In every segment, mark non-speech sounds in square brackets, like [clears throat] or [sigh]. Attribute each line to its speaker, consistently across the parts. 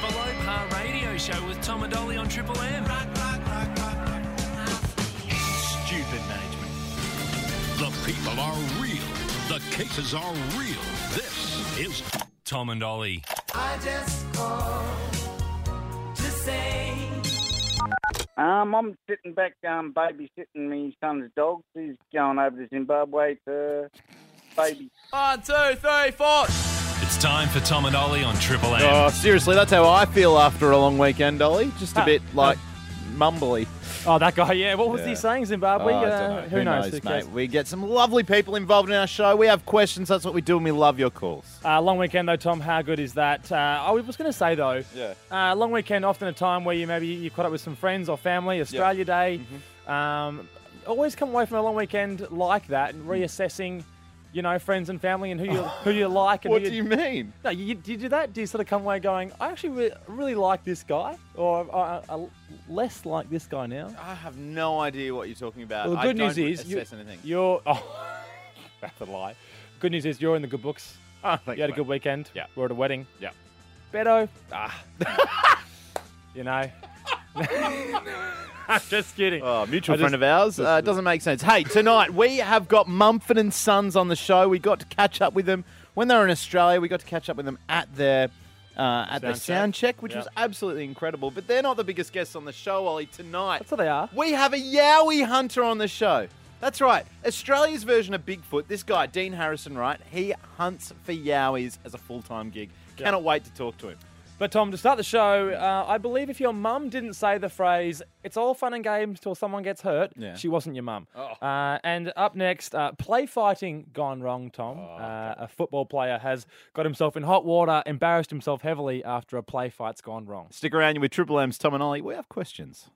Speaker 1: Oh, Show with Tom and Ollie on Triple M.
Speaker 2: Stupid management. The people are real. The cases are real. This is
Speaker 1: Tom and Ollie.
Speaker 3: I just called to say
Speaker 4: Um, I'm sitting back, um, babysitting my son's dogs. He's going over to Zimbabwe to baby.
Speaker 5: One, two, three, four.
Speaker 1: It's time for Tom and Ollie on Triple M.
Speaker 6: Oh, seriously, that's how I feel after a long weekend, Ollie. Just a bit like mumbly.
Speaker 5: Ah, Oh, that guy. Yeah. What was
Speaker 6: Yeah.
Speaker 5: he saying, Zimbabwe?
Speaker 6: Oh, I
Speaker 5: Uh,
Speaker 6: don't know.
Speaker 5: Who, knows? Who
Speaker 6: mate?
Speaker 5: cares?
Speaker 6: We get some lovely people involved in our show. We have questions. That's what we do, and we love your calls.
Speaker 5: Uh, long weekend though, Tom. How good is that? Uh, I was going to say though.
Speaker 6: Yeah.
Speaker 5: Uh, long weekend, often a time where you maybe you caught up with some friends or family. Australia Day.
Speaker 6: Mm-hmm.
Speaker 5: Um, always come away from a long weekend like that
Speaker 6: Mm.
Speaker 5: and reassessing, you know, friends and family and who
Speaker 6: [laughs]
Speaker 5: you who you like. And
Speaker 6: What
Speaker 5: who
Speaker 6: do you mean?
Speaker 5: No, you, do you do that? Do you sort of come away going, I actually re- really like this guy, or I, I, I less like this guy now?
Speaker 6: I have no idea what you're talking about.
Speaker 5: Well, the good news is you, you're. [laughs] Oh, that's a lie. Good news is you're in the good books. you had a good weekend.
Speaker 6: Ah, Yeah.
Speaker 5: We're at a wedding.
Speaker 6: Yeah.
Speaker 5: Beto. Ah. [laughs] you know. [laughs] I'm just kidding.
Speaker 6: Oh, mutual
Speaker 5: I
Speaker 6: friend
Speaker 5: just-
Speaker 6: of ours. Uh, it doesn't make sense. Hey, tonight we have got Mumford and Sons on the show. We got to catch up with them when they were in Australia. We got to catch up with them at their uh, at their
Speaker 5: Sound check.
Speaker 6: sound check, which
Speaker 5: Yeah.
Speaker 6: was absolutely incredible. But they're not the biggest guests on the show, Ollie. Tonight
Speaker 5: That's what they are.
Speaker 6: we have a Yowie hunter on the show. That's right. Australia's version of Bigfoot. This guy, Dean Harrison, right? He hunts for Yowies as a full time gig. Cannot wait to talk to him.
Speaker 5: But Tom, to start the show, uh, I believe if your mum didn't say the phrase "It's all fun and games till someone gets hurt,"
Speaker 6: Yeah.
Speaker 5: she wasn't your mum. Uh, and up next, uh, play fighting gone wrong. Tom, uh, a football player has got himself in hot water, embarrassed himself heavily after a play fight's gone wrong.
Speaker 6: Stick around, you with Triple M's Tom and Ollie. We have questions.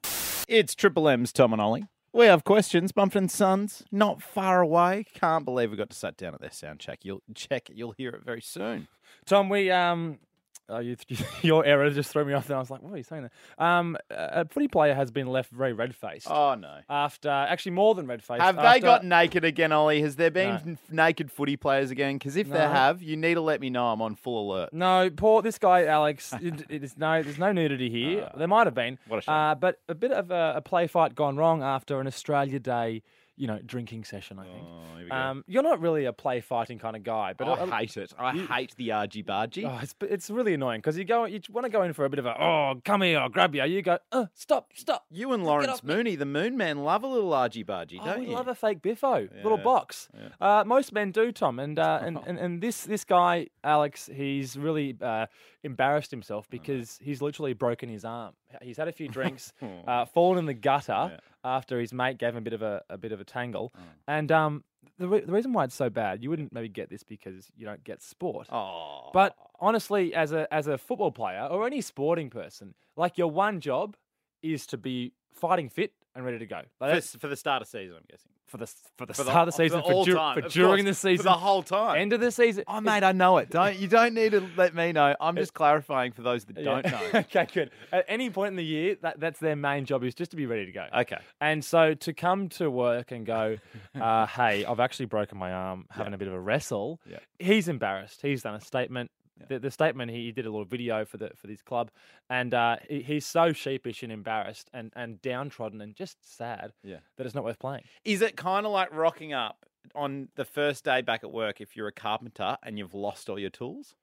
Speaker 6: It's Triple M's Tom and Ollie. We have questions. Mumford and Sons, not far away. Can't believe we got to sit down at their sound check. You'll [laughs] check. You'll hear it very soon.
Speaker 5: Tom, we um, oh, you, [laughs] your error just threw me off. There, I was like, "What are you saying?" There? Um, a a footy player has been left very red faced
Speaker 6: Oh no.
Speaker 5: after, actually, more than red faced.
Speaker 6: Have they got naked again, Ollie? Has there been
Speaker 5: No.
Speaker 6: n- naked footy players again? Because if there
Speaker 5: No.
Speaker 6: have, you need to let me know. I'm on full alert.
Speaker 5: No, poor this guy Alex. [laughs] It, it is no, there's no nudity here. there might have been.
Speaker 6: Ah. what a shame.
Speaker 5: Uh, but a bit of a, a play fight gone wrong after an Australia Day, you know, drinking session. I think.
Speaker 6: Oh,
Speaker 5: um, you're not really a play fighting kind of guy, but a-
Speaker 6: I hate it. I hate the argy bargy.
Speaker 5: Oh, it's it's really annoying because you go you want to go in for a bit of a oh come here I'll grab you you go uh, stop stop
Speaker 6: you and
Speaker 5: off
Speaker 6: Lawrence
Speaker 5: me.
Speaker 6: Mooney, the Moon Man, love a little argy bargy,
Speaker 5: Oh,
Speaker 6: don't
Speaker 5: we
Speaker 6: you?
Speaker 5: love a fake biffo, little box. Uh, most men do, Tom, and uh,
Speaker 6: [laughs]
Speaker 5: and, and and this this guy Alex, he's really uh, embarrassed himself because he's literally broken his arm. He's had a few
Speaker 6: [laughs]
Speaker 5: drinks,
Speaker 6: Oh.
Speaker 5: uh, fallen in the gutter after his mate gave him a bit of a, a bit of a tangle,
Speaker 6: Oh.
Speaker 5: and um, the re- the reason why it's so bad, you wouldn't maybe get this because you don't get sport.
Speaker 6: Oh,
Speaker 5: But honestly, as a as a football player or any sporting person, like your one job is to be fighting fit and ready to go. Like,
Speaker 6: for,
Speaker 5: that's-
Speaker 6: for the start of season, I'm guessing.
Speaker 5: for the for the start of the season, for, dur- for during the season,
Speaker 6: whole time.
Speaker 5: end of the season.
Speaker 6: oh, mate, I know it. Don't you don't need to let me know. I'm just clarifying for those that
Speaker 5: Yeah.
Speaker 6: don't know.
Speaker 5: [laughs] okay, good. At any point in the year, that, that's their main job is just to be ready to go.
Speaker 6: Okay.
Speaker 5: And so to come to work and
Speaker 6: [laughs]
Speaker 5: go, uh, hey, I've actually broken my arm, having a bit of a wrestle.
Speaker 6: Yeah.
Speaker 5: He's embarrassed. He's done a statement. The, the statement he did a little video for the for this club, and uh, he, he's so sheepish and embarrassed and, and downtrodden and just sad
Speaker 6: Yeah.
Speaker 5: that it's not worth playing.
Speaker 6: Is it kind of like rocking up on the first day back at work if you're a carpenter and you've lost all your tools?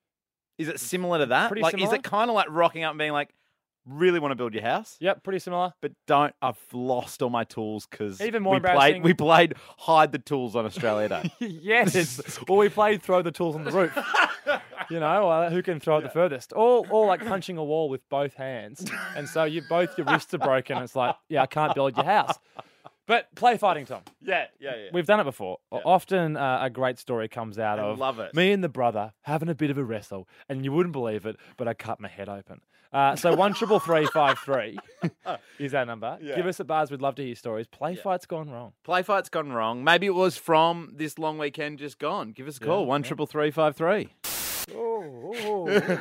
Speaker 6: Is it similar to that?
Speaker 5: Pretty
Speaker 6: like, is
Speaker 5: similar.
Speaker 6: it kind of like rocking up and being like, really want to build your house?
Speaker 5: Yep, pretty similar.
Speaker 6: But don't I've lost all my tools because
Speaker 5: Even more
Speaker 6: we played
Speaker 5: embarrassing-
Speaker 6: we played hide the tools on Australia Day.
Speaker 5: [laughs]
Speaker 6: [laughs]
Speaker 5: yes. or we played throw the tools on the roof. You know, uh, who can throw it the furthest? Or, or like punching a wall with both hands. And so you both your wrists are broken. It's like, yeah, I can't build your house. But play fighting, Tom.
Speaker 6: yeah, yeah, yeah.
Speaker 5: We've done it before. O- Often uh, a great story comes out
Speaker 6: I
Speaker 5: of
Speaker 6: love it.
Speaker 5: me and the brother having a bit of a wrestle, and you wouldn't believe it, but I cut my head open. Uh, so one triple three five
Speaker 6: [laughs]
Speaker 5: three is our number. Give us the bars. We'd love to hear your stories. Play fights gone wrong.
Speaker 6: Play fight's gone wrong. Maybe it was from this long weekend just gone. Give us a call. One triple three five three. [laughs]
Speaker 5: Oh,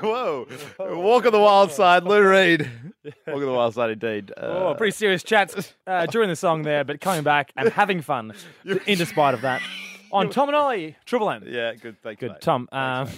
Speaker 6: Whoa! Walk on the wild side,
Speaker 5: [laughs]
Speaker 6: Lou [laughs] Reed. Walk on the wild side, indeed.
Speaker 5: Oh,
Speaker 6: Uh,
Speaker 5: pretty serious chats uh, during the song there, but coming back and having fun in despite of that. On Tom and Ollie, Triple M.
Speaker 6: yeah, good. Thank you.
Speaker 5: Good, Tom. Um, [laughs]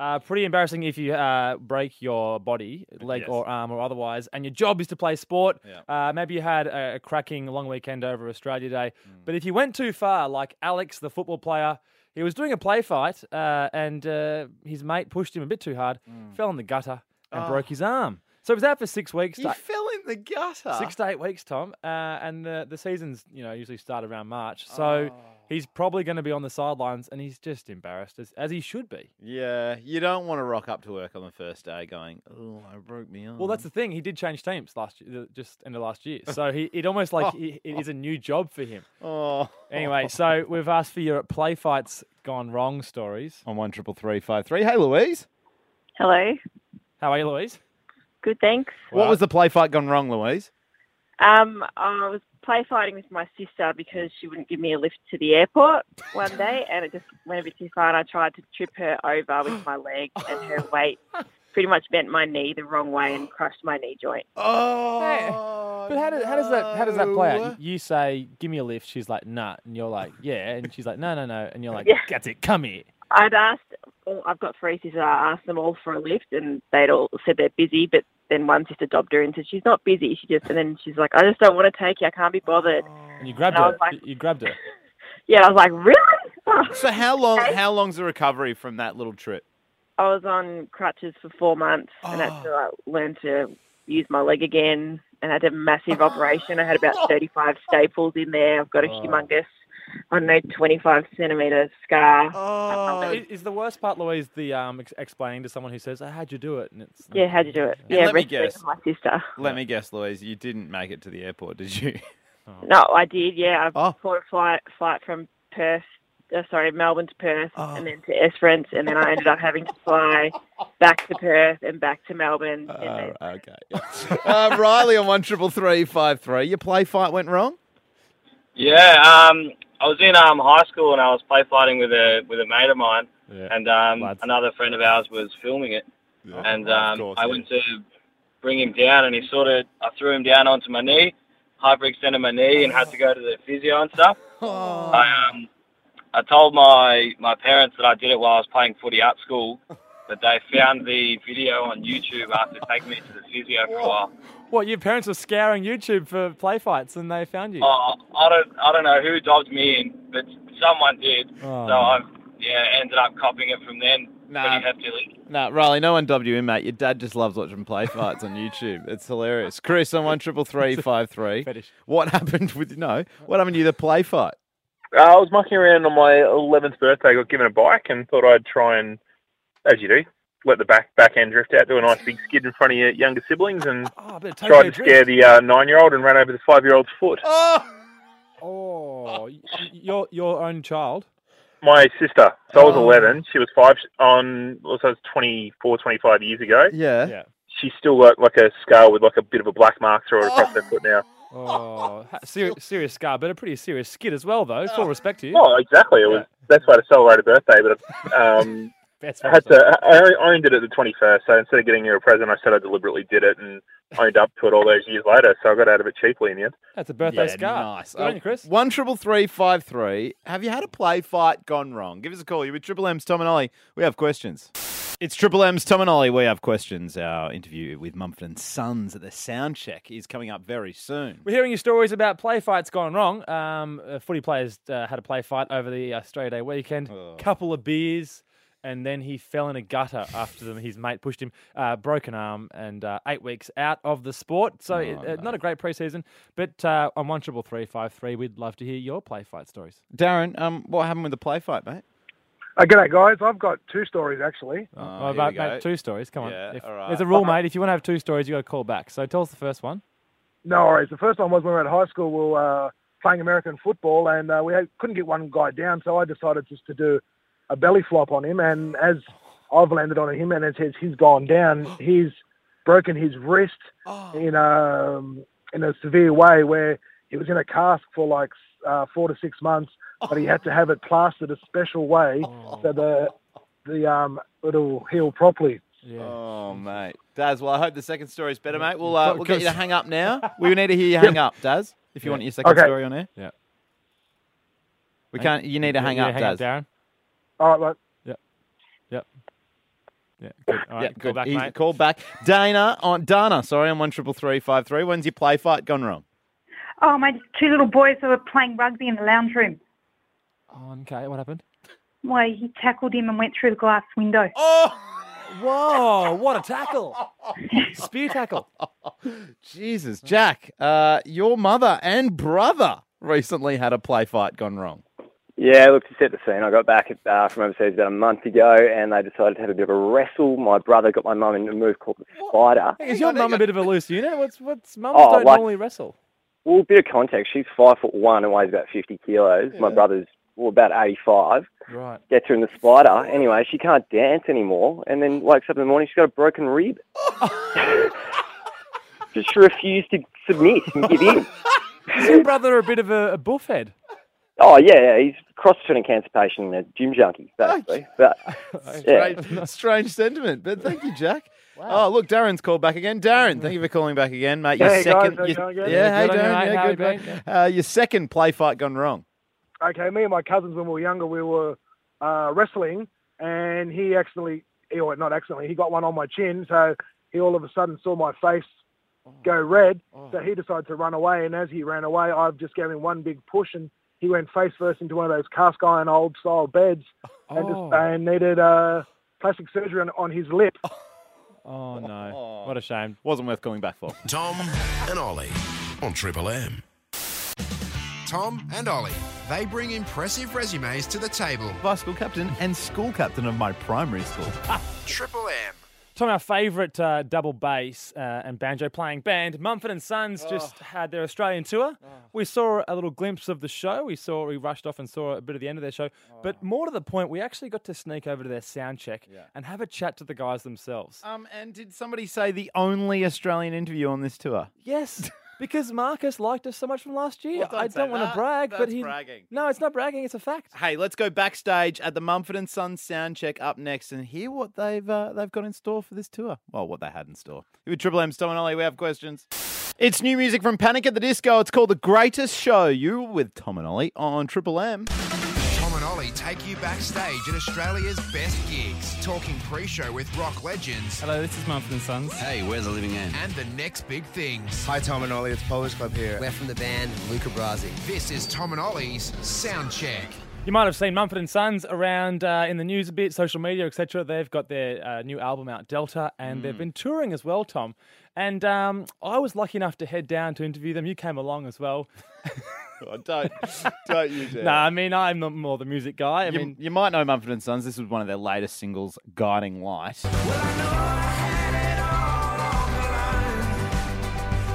Speaker 5: Uh, pretty embarrassing if you uh, break your body, leg
Speaker 6: Yes.
Speaker 5: or arm or otherwise, and your job is to play sport.
Speaker 6: Yeah.
Speaker 5: Uh, maybe you had a, a cracking long weekend over Australia Day,
Speaker 6: Mm.
Speaker 5: but if you went too far, like Alex, the football player, he was doing a play fight uh, and uh, his mate pushed him a bit too hard,
Speaker 6: Mm.
Speaker 5: fell in the gutter
Speaker 6: Ah.
Speaker 5: and broke his arm. So he was out for six weeks.
Speaker 6: He
Speaker 5: to-
Speaker 6: Uh, fell in the gutter.
Speaker 5: Six to eight weeks, Tom, uh, and the the seasons you know usually start around March. So
Speaker 7: Oh.
Speaker 5: he's probably going to be on the sidelines, and he's just embarrassed as, as he should be.
Speaker 6: Yeah, you don't want to rock up to work on the first day going, oh, I broke me arm.
Speaker 5: Well, that's the thing. He did change teams last year, just end of last year. So he it almost like he, it is a new job for
Speaker 7: [laughs]
Speaker 5: him.
Speaker 6: oh. [laughs]
Speaker 5: Anyway, so we've asked for your play fights gone wrong stories.
Speaker 6: On one triple three five three. Hey, Louise.
Speaker 7: Hello.
Speaker 5: How are you, Louise?
Speaker 7: Good, thanks.
Speaker 6: What was the play fight gone wrong, Louise?
Speaker 7: Um, I was play fighting with my sister because she wouldn't give me a lift to the airport one day, and it just went a bit too far. And I tried to trip her over with my leg, and
Speaker 6: [gasps]
Speaker 7: her weight pretty much bent my knee the wrong way and crushed my knee joint.
Speaker 6: Oh,
Speaker 5: But how, does, how does that how does that play out? You say, "Give me a lift." She's like, "Nah," and you're like, "Yeah," and she's like, "No, no, no," and you're like,
Speaker 7: Yeah.
Speaker 5: "That's it. Come
Speaker 7: [laughs]
Speaker 5: here."
Speaker 7: I'd asked, all, I've got three sisters. I asked them all for a lift, and they'd all said they're busy. But then one sister dobbed her and said she's not busy. She just, and then she's like, I just don't want to take you. I can't be bothered.
Speaker 6: Oh.
Speaker 5: And you grabbed
Speaker 7: And I
Speaker 5: her.
Speaker 7: was like-
Speaker 5: You- you grabbed
Speaker 7: [laughs]
Speaker 5: her.
Speaker 7: Yeah, I was like, really?
Speaker 6: So how long? How long's the recovery from that little trip?
Speaker 7: I was on crutches for four months and
Speaker 6: Oh.
Speaker 7: had to like, learn to use my leg again and had
Speaker 6: [laughs]
Speaker 7: a massive operation. I had about 35 staples in there. I've
Speaker 6: Oh.
Speaker 7: got a humongous, I don't know, 25 centimetre scar. Oh.
Speaker 6: Oh.
Speaker 5: I- Is the worst part, Louise, the um, ex- explaining to someone who says, oh, "How'd you do it?" And it's
Speaker 7: Yeah, how'd you do it?
Speaker 5: Yeah.
Speaker 7: yeah,
Speaker 6: let me
Speaker 7: wrestling with
Speaker 6: guess.
Speaker 7: my sister.
Speaker 6: Let me guess, Louise. You didn't make it to the airport, did you?
Speaker 7: No, I did, yeah. I
Speaker 6: Oh.
Speaker 7: caught a flight, flight from Perth, uh, sorry, Melbourne to Perth
Speaker 6: Oh.
Speaker 7: and then to Esperance and then I ended up having to fly back
Speaker 6: [laughs]
Speaker 7: to Perth and back to Melbourne. and then-
Speaker 6: Oh, okay. [laughs] uh, Riley on one triple three five three. Your play fight went wrong.
Speaker 8: Yeah, um, I was in um, high school and I was play fighting with a with a mate of mine, and um,
Speaker 5: lads.
Speaker 8: another friend of ours was filming it, and
Speaker 6: Oh, of
Speaker 8: um,
Speaker 6: course,
Speaker 8: I
Speaker 6: yeah.
Speaker 8: went to bring him down, and he sort of I threw him down onto my knee, hyperextended my knee, and had to go to the physio and stuff.
Speaker 6: Oh.
Speaker 8: I um, I told my my parents that I did it while I was playing footy at school. But they found the video on YouTube after taking me to the physio for a while.
Speaker 5: What your parents were scouring YouTube for play fights and they found you.
Speaker 8: Oh, I don't, I don't know who dobbed me in, but someone did.
Speaker 5: Oh.
Speaker 8: So I, yeah, ended up copying it from them.
Speaker 6: Nah.
Speaker 8: Pretty heftily.
Speaker 6: No, Riley, no one dubbed you in, mate. Your dad just loves watching play fights on YouTube. It's hilarious. Chris on one
Speaker 5: [laughs]
Speaker 6: triple three five three.
Speaker 5: fetish.
Speaker 6: What happened with no? What happened to you the play fight?
Speaker 9: Uh, I was mucking around on my 11th birthday. I got given a bike and thought I'd try and, as you do, let the back back end drift out, do a nice big skid in front of your younger siblings, and
Speaker 5: Oh, a bit of Tokyo
Speaker 9: tried to
Speaker 5: Drift.
Speaker 9: scare the uh, nine-year-old and ran over the five-year-old's foot.
Speaker 5: Oh, y- y- your your own child.
Speaker 9: My sister, so I was
Speaker 5: Oh.
Speaker 9: 11. She was five sh- on, well, so it was 24, 25 years ago.
Speaker 6: Yeah.
Speaker 5: Yeah.
Speaker 9: She's still got like a scar with like a bit of a black mark through it across her foot now.
Speaker 5: Oh, ha- seri- serious scar, but a pretty serious skid as well, though. Full respect to you.
Speaker 9: Oh, exactly. It was best way to celebrate a birthday, but um,
Speaker 5: Best
Speaker 9: I had
Speaker 5: result.
Speaker 9: to. I I owned it at the twenty first. So instead of getting her a present, I said I deliberately did it and owned up to it all those years later. So I got out of it cheaply in the end.
Speaker 5: That's a birthday
Speaker 6: Yeah,
Speaker 5: scar.
Speaker 6: Nice. Oh,
Speaker 5: Good on you, Chris.
Speaker 6: One triple three five three. Have you had a play fight gone wrong? Give us a call. You're with Triple M's Tom and Ollie. We have questions. It's Triple M's Tom and Ollie. We have questions. Our interview with Mumford and Sons at the sound check is coming up very soon.
Speaker 5: We're hearing your stories about play fights gone wrong. Um, uh, footy players uh, had a play fight over the Australia Day weekend. Couple of beers, and then he fell in a gutter after them. His mate pushed him, uh, broken arm, and uh, eight weeks out of the sport.
Speaker 6: Oh,
Speaker 5: So uh, not a great preseason. But uh, on one triple three five three, we'd love to hear your play fight stories.
Speaker 6: Darren, um, what happened with the play fight, mate?
Speaker 10: Uh, g'day, guys. I've got two stories actually.
Speaker 5: Oh,
Speaker 6: here
Speaker 5: mate,
Speaker 6: we
Speaker 5: mate,
Speaker 6: go.
Speaker 5: two stories. Come on.
Speaker 6: Yeah,
Speaker 5: If-
Speaker 6: all right.
Speaker 5: There's
Speaker 10: [laughs]
Speaker 5: a rule, mate. If you want to have two stories, you got to call back. So tell us the first one.
Speaker 10: No worries. The first one was when we were at high school. We were uh, playing American football, and uh, we had, couldn't get one guy down, so I decided just to do a belly flop on him. And as I've landed on him, and as his, he's gone down, he's broken his wrist in a in a severe way, where he was in a cast for like uh, four to six months, but he had to have it plastered a special way so the the um it'll heal properly.
Speaker 5: Yeah.
Speaker 6: Oh, mate. Daz, well, I hope the second story's better, mate. We'll, uh,
Speaker 5: Got-
Speaker 6: we'll get you to hang up [laughs] now. We need to hear you hang up, Daz, if you want your second
Speaker 10: Okay.
Speaker 6: story on air.
Speaker 5: Yeah.
Speaker 6: We can't. You need to hang
Speaker 5: Yeah,
Speaker 6: up,
Speaker 5: hang
Speaker 6: Daz.
Speaker 5: Darren.
Speaker 10: All right, mate.
Speaker 5: Yep. Yeah, good. All right,
Speaker 6: yeah,
Speaker 5: call
Speaker 6: good.
Speaker 5: back,
Speaker 6: Easy
Speaker 5: mate.
Speaker 6: Call back. Dana on Dana. Sorry, on one triple three five three. When's your play fight gone wrong?
Speaker 11: Oh, my two little boys who were playing rugby in the lounge room.
Speaker 5: Oh, okay, what happened?
Speaker 11: Why, he tackled him and went through the glass window.
Speaker 6: Oh!
Speaker 5: Whoa, what a
Speaker 6: [laughs]
Speaker 5: tackle! Spear tackle.
Speaker 6: Jesus, Jack. Uh, your mother and brother recently had a play fight gone wrong.
Speaker 12: Yeah, look, to set the scene, I got back uh, from overseas about a month ago and they decided to have a bit of a wrestle. My brother got my mum in a move called the Spider.
Speaker 5: Is your mum a bit of a loose unit? What's what's mums
Speaker 12: Oh,
Speaker 5: don't
Speaker 12: like-
Speaker 5: normally wrestle?
Speaker 12: Well, a bit of context, she's five foot one and weighs about 50 kilos. My
Speaker 5: Yeah.
Speaker 12: brother's well, about 85.
Speaker 5: Right.
Speaker 12: Gets her in the Spider. Anyway, she can't dance anymore and then wakes up in the morning, she's got a broken rib. Just refused to submit and give in.
Speaker 5: [laughs] Is your brother a bit of a, a buffhead?
Speaker 12: Oh yeah, yeah, he's cross between a cancer patient and a gym junkie,
Speaker 5: Oh,
Speaker 12: basically.
Speaker 5: [laughs]
Speaker 12: But yeah,
Speaker 6: Strange, strange sentiment, but thank you, Jack. Oh, look, Darren's called back again. Darren, thank you for calling back again, mate. Your
Speaker 10: Hey, guys,
Speaker 6: second,
Speaker 10: how you
Speaker 6: your-
Speaker 10: going, guys?
Speaker 6: yeah, hey,
Speaker 10: Good on you,
Speaker 6: Darren,
Speaker 10: mate.
Speaker 6: yeah,
Speaker 10: How
Speaker 6: good,
Speaker 10: you
Speaker 6: mate. Uh, your second play fight gone wrong.
Speaker 10: okay, me and my cousins when we were younger, we were uh, wrestling, and he accidentally, or not accidentally, he got one on my chin, so he all of a sudden saw my face go red,
Speaker 6: Oh.
Speaker 4: Oh.
Speaker 10: so he decided to run away, and as he ran away, I just gave him one big push, and he went face first into one of those cast iron old style beds, and just and needed uh, plastic surgery on, on his lip.
Speaker 5: Oh no, what a shame.
Speaker 6: Wasn't worth calling back for.
Speaker 2: Tom [laughs] and Ollie on Triple M.
Speaker 13: Tom and Ollie. They bring impressive resumes to the table.
Speaker 6: Vice school captain and school captain of my primary school.
Speaker 13: Triple M.
Speaker 5: Tom, our favourite uh, double bass uh, and banjo playing band, Mumford and
Speaker 6: Oh.
Speaker 5: Sons, just had their Australian tour. We saw a little glimpse of the show. We saw we rushed off and saw a bit of the end of their show.
Speaker 6: Oh.
Speaker 5: But more to the point, we actually got to sneak over to their sound check and have a chat to the guys themselves.
Speaker 6: [laughs] Um, and did somebody say the only Australian interview on this tour? [laughs]
Speaker 5: Yes, because Marcus liked us so much from last year.
Speaker 6: Well, don't
Speaker 5: I
Speaker 6: say
Speaker 5: don't want
Speaker 6: that.
Speaker 5: to brag, but
Speaker 6: That's
Speaker 5: he
Speaker 6: bragging.
Speaker 5: no, it's not bragging. It's a fact.
Speaker 6: Hey, let's go backstage at the Mumford and Sons sound check up next and hear what they've uh, they've got in store for this tour. Well, what they had in store. With Triple M's Tom and Ollie, we have questions. It's new music from Panic at the Disco. It's called The Greatest Show. You with Tom and Ollie on Triple M.
Speaker 13: Tom and Ollie take you backstage at Australia's best gigs, talking pre show with rock legends. Hello, this is Mumford and Sons. Hey, we're the living end. And the next big things.
Speaker 14: Hi, Tom and Ollie. It's Polish Club here. We're from the band Luca Brasi.
Speaker 13: This is Tom and Ollie's Sound Check.
Speaker 5: You might have seen Mumford and Sons around uh, in the news a bit, social media, etc. They've got their uh, new album out, Delta, and
Speaker 6: Mm.
Speaker 5: they've been touring as well, Tom. And um, I was lucky enough to head down to interview them. You came along as
Speaker 6: [laughs]
Speaker 5: well.
Speaker 6: Oh, don't don't
Speaker 5: [laughs]
Speaker 6: you dare.
Speaker 5: No, I mean I'm not more the music guy. I
Speaker 6: you,
Speaker 5: mean,
Speaker 6: you might know Mumford and Sons. This was one of their latest singles, Guiding Light.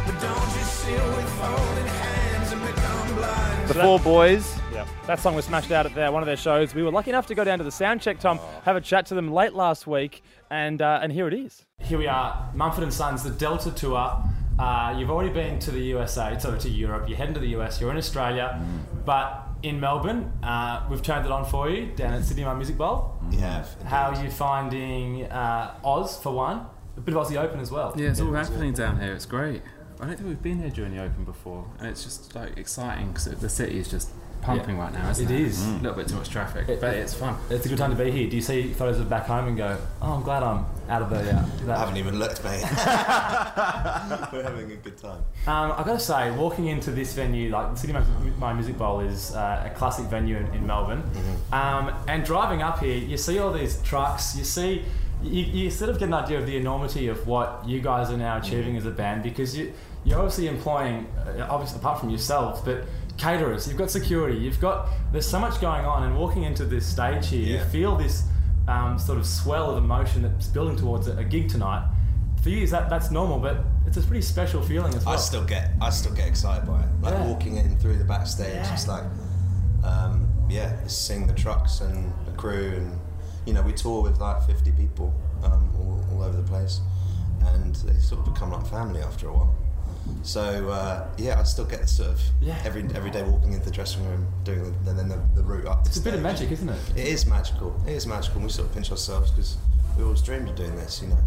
Speaker 3: But don't you sit with folded hands and become blind.
Speaker 6: The Four Boys.
Speaker 5: Yeah. That song was smashed out at their, one of their shows. We were lucky enough to go down to the sound check, Tom,
Speaker 6: Oh.
Speaker 5: have a chat to them late last week, and uh, and here it is. Here we are, Mumford and Sons, the Delta tour. Uh, you've already been to the USA, so to Europe. You're heading to the US. You're in Australia, but in Melbourne, uh, we've turned it on for you down at Sydney My Music Bowl.
Speaker 15: You have,
Speaker 5: How are you finding uh, Oz for one? A bit of Aussie Open as well.
Speaker 15: Yeah, it's all happening down here. It's great. I don't think we've been here during the Open before, and it's just like exciting because the city is [laughs] just pumping
Speaker 5: Yeah.
Speaker 15: right now. Isn't
Speaker 5: It
Speaker 15: it,
Speaker 5: is.
Speaker 15: A little bit too much traffic,
Speaker 5: It-
Speaker 15: but
Speaker 5: it-
Speaker 15: it's fun.
Speaker 5: It's a good time to be here. Do you see photos of back home and go, oh, I'm glad I'm out of the. Uh, I haven't
Speaker 16: even looked, mate. [laughs] We're having a good time.
Speaker 5: Um, I gotta say, walking into this venue, like the City Mu- My Music Bowl, is uh, a classic venue in, in Melbourne. Um, and driving up here, you see all these trucks. You see, you, you sort of get an idea of the enormity of what you guys are now achieving as a band because you you're obviously employing, uh, obviously apart from yourselves, but caterers. You've got security. You've got there's so much going on. And walking into this stage here, you feel this um, sort of swell of emotion that's building towards a, a gig tonight. For you, is that that's normal, but it's a pretty special feeling as well.
Speaker 16: I still get I still get excited by it. Like
Speaker 5: Yeah.
Speaker 16: walking in through the backstage,
Speaker 5: Yeah.
Speaker 16: it's like um, yeah, it's seeing the trucks and the crew and you know, we tour with like fifty people um, all, all over the place and they sort of become like family after a while. So uh, yeah, I still get the sort of
Speaker 5: Yeah.
Speaker 16: every every day walking into the dressing room, doing the, and then the, the route up.
Speaker 5: It's a bit of magic, isn't it?
Speaker 16: It is magical. It is magical. And we sort of pinch ourselves because we always dreamed of doing this, you know.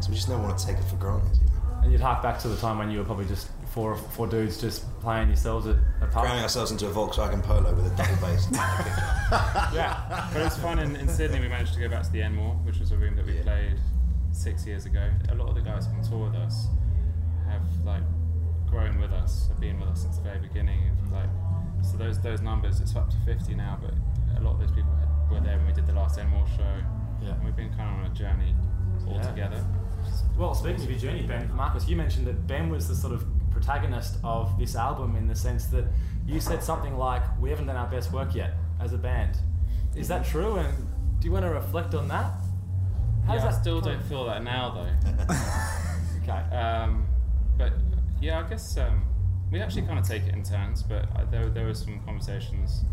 Speaker 16: So we just never want to take it for granted.
Speaker 5: And you'd hark back to the time when you were probably just four four dudes just playing yourselves at a pub.
Speaker 16: Cramming ourselves into a Volkswagen Polo with a double bass.
Speaker 5: [laughs]
Speaker 15: yeah, but it's fun in, in Sydney. We managed to go back to the Enmore, which was a room that we played six years ago. A lot of the guys on tour with us have like grown with us, have been with us since the very beginning.
Speaker 17: Mm.
Speaker 15: and, Like so, those those numbers it's up to fifty now, but a lot of those people had, were there when we did the last Enmore show.
Speaker 17: Yeah.
Speaker 15: and we've been kind of on a journey all
Speaker 17: Yeah.
Speaker 15: together.
Speaker 17: Well, speaking of your journey, Ben, Marcus, you mentioned that Ben was the sort of protagonist of this album in the sense that you said something like, "We haven't done our best work yet as a band." Is that true? And do you want to reflect on that? How's
Speaker 15: yeah, I
Speaker 17: that
Speaker 15: still
Speaker 17: come-
Speaker 15: don't feel that now
Speaker 17: [laughs]
Speaker 15: though. okay. Um, but yeah, I guess um, we actually kind of take it in turns. But I, there, there were some conversations.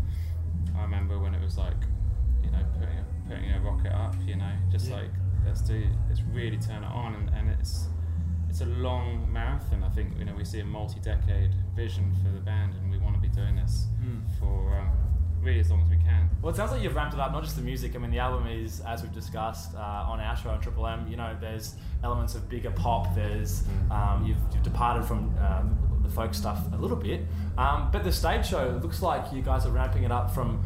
Speaker 15: I remember when it was like, you know, putting a, putting a rocket up. You know, just
Speaker 17: Yeah.
Speaker 15: like let's do, let's really turn it on. And, and it's it's a long marathon. I think you know we see a multi-decade vision for the band, and we want to be doing this
Speaker 17: Mm.
Speaker 15: for um, really as long as we can.
Speaker 17: Well, it sounds like you've ramped it up, not just the music. I mean, the album is, as we've discussed uh, on our show on Triple M, you know, there's elements of bigger pop. There's um, you've, you've departed from um, the folk stuff a little bit, um, but the stage show it looks like you guys are ramping it up from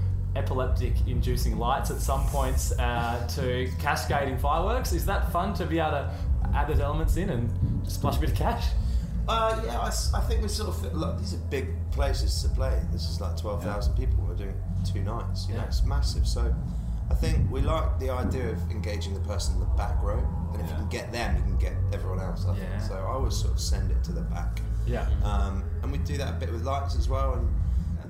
Speaker 17: epileptic-inducing lights at some points uh, to cascading fireworks. Is that fun to be able to add those elements in and just splash a bit of cash?
Speaker 16: Uh, yeah, I, s- I think we sort of feel, look, these are big places to play. This is like 12,000 people. We're doing two nights. You know,
Speaker 17: Yeah.
Speaker 16: it's massive. So I think we like the idea of engaging the person in the back row. And if you can get them, you can get everyone else, I
Speaker 17: Yeah.
Speaker 16: think. So I always sort of send it to the back.
Speaker 17: Yeah.
Speaker 16: Um, and we do that a bit with lights as well. And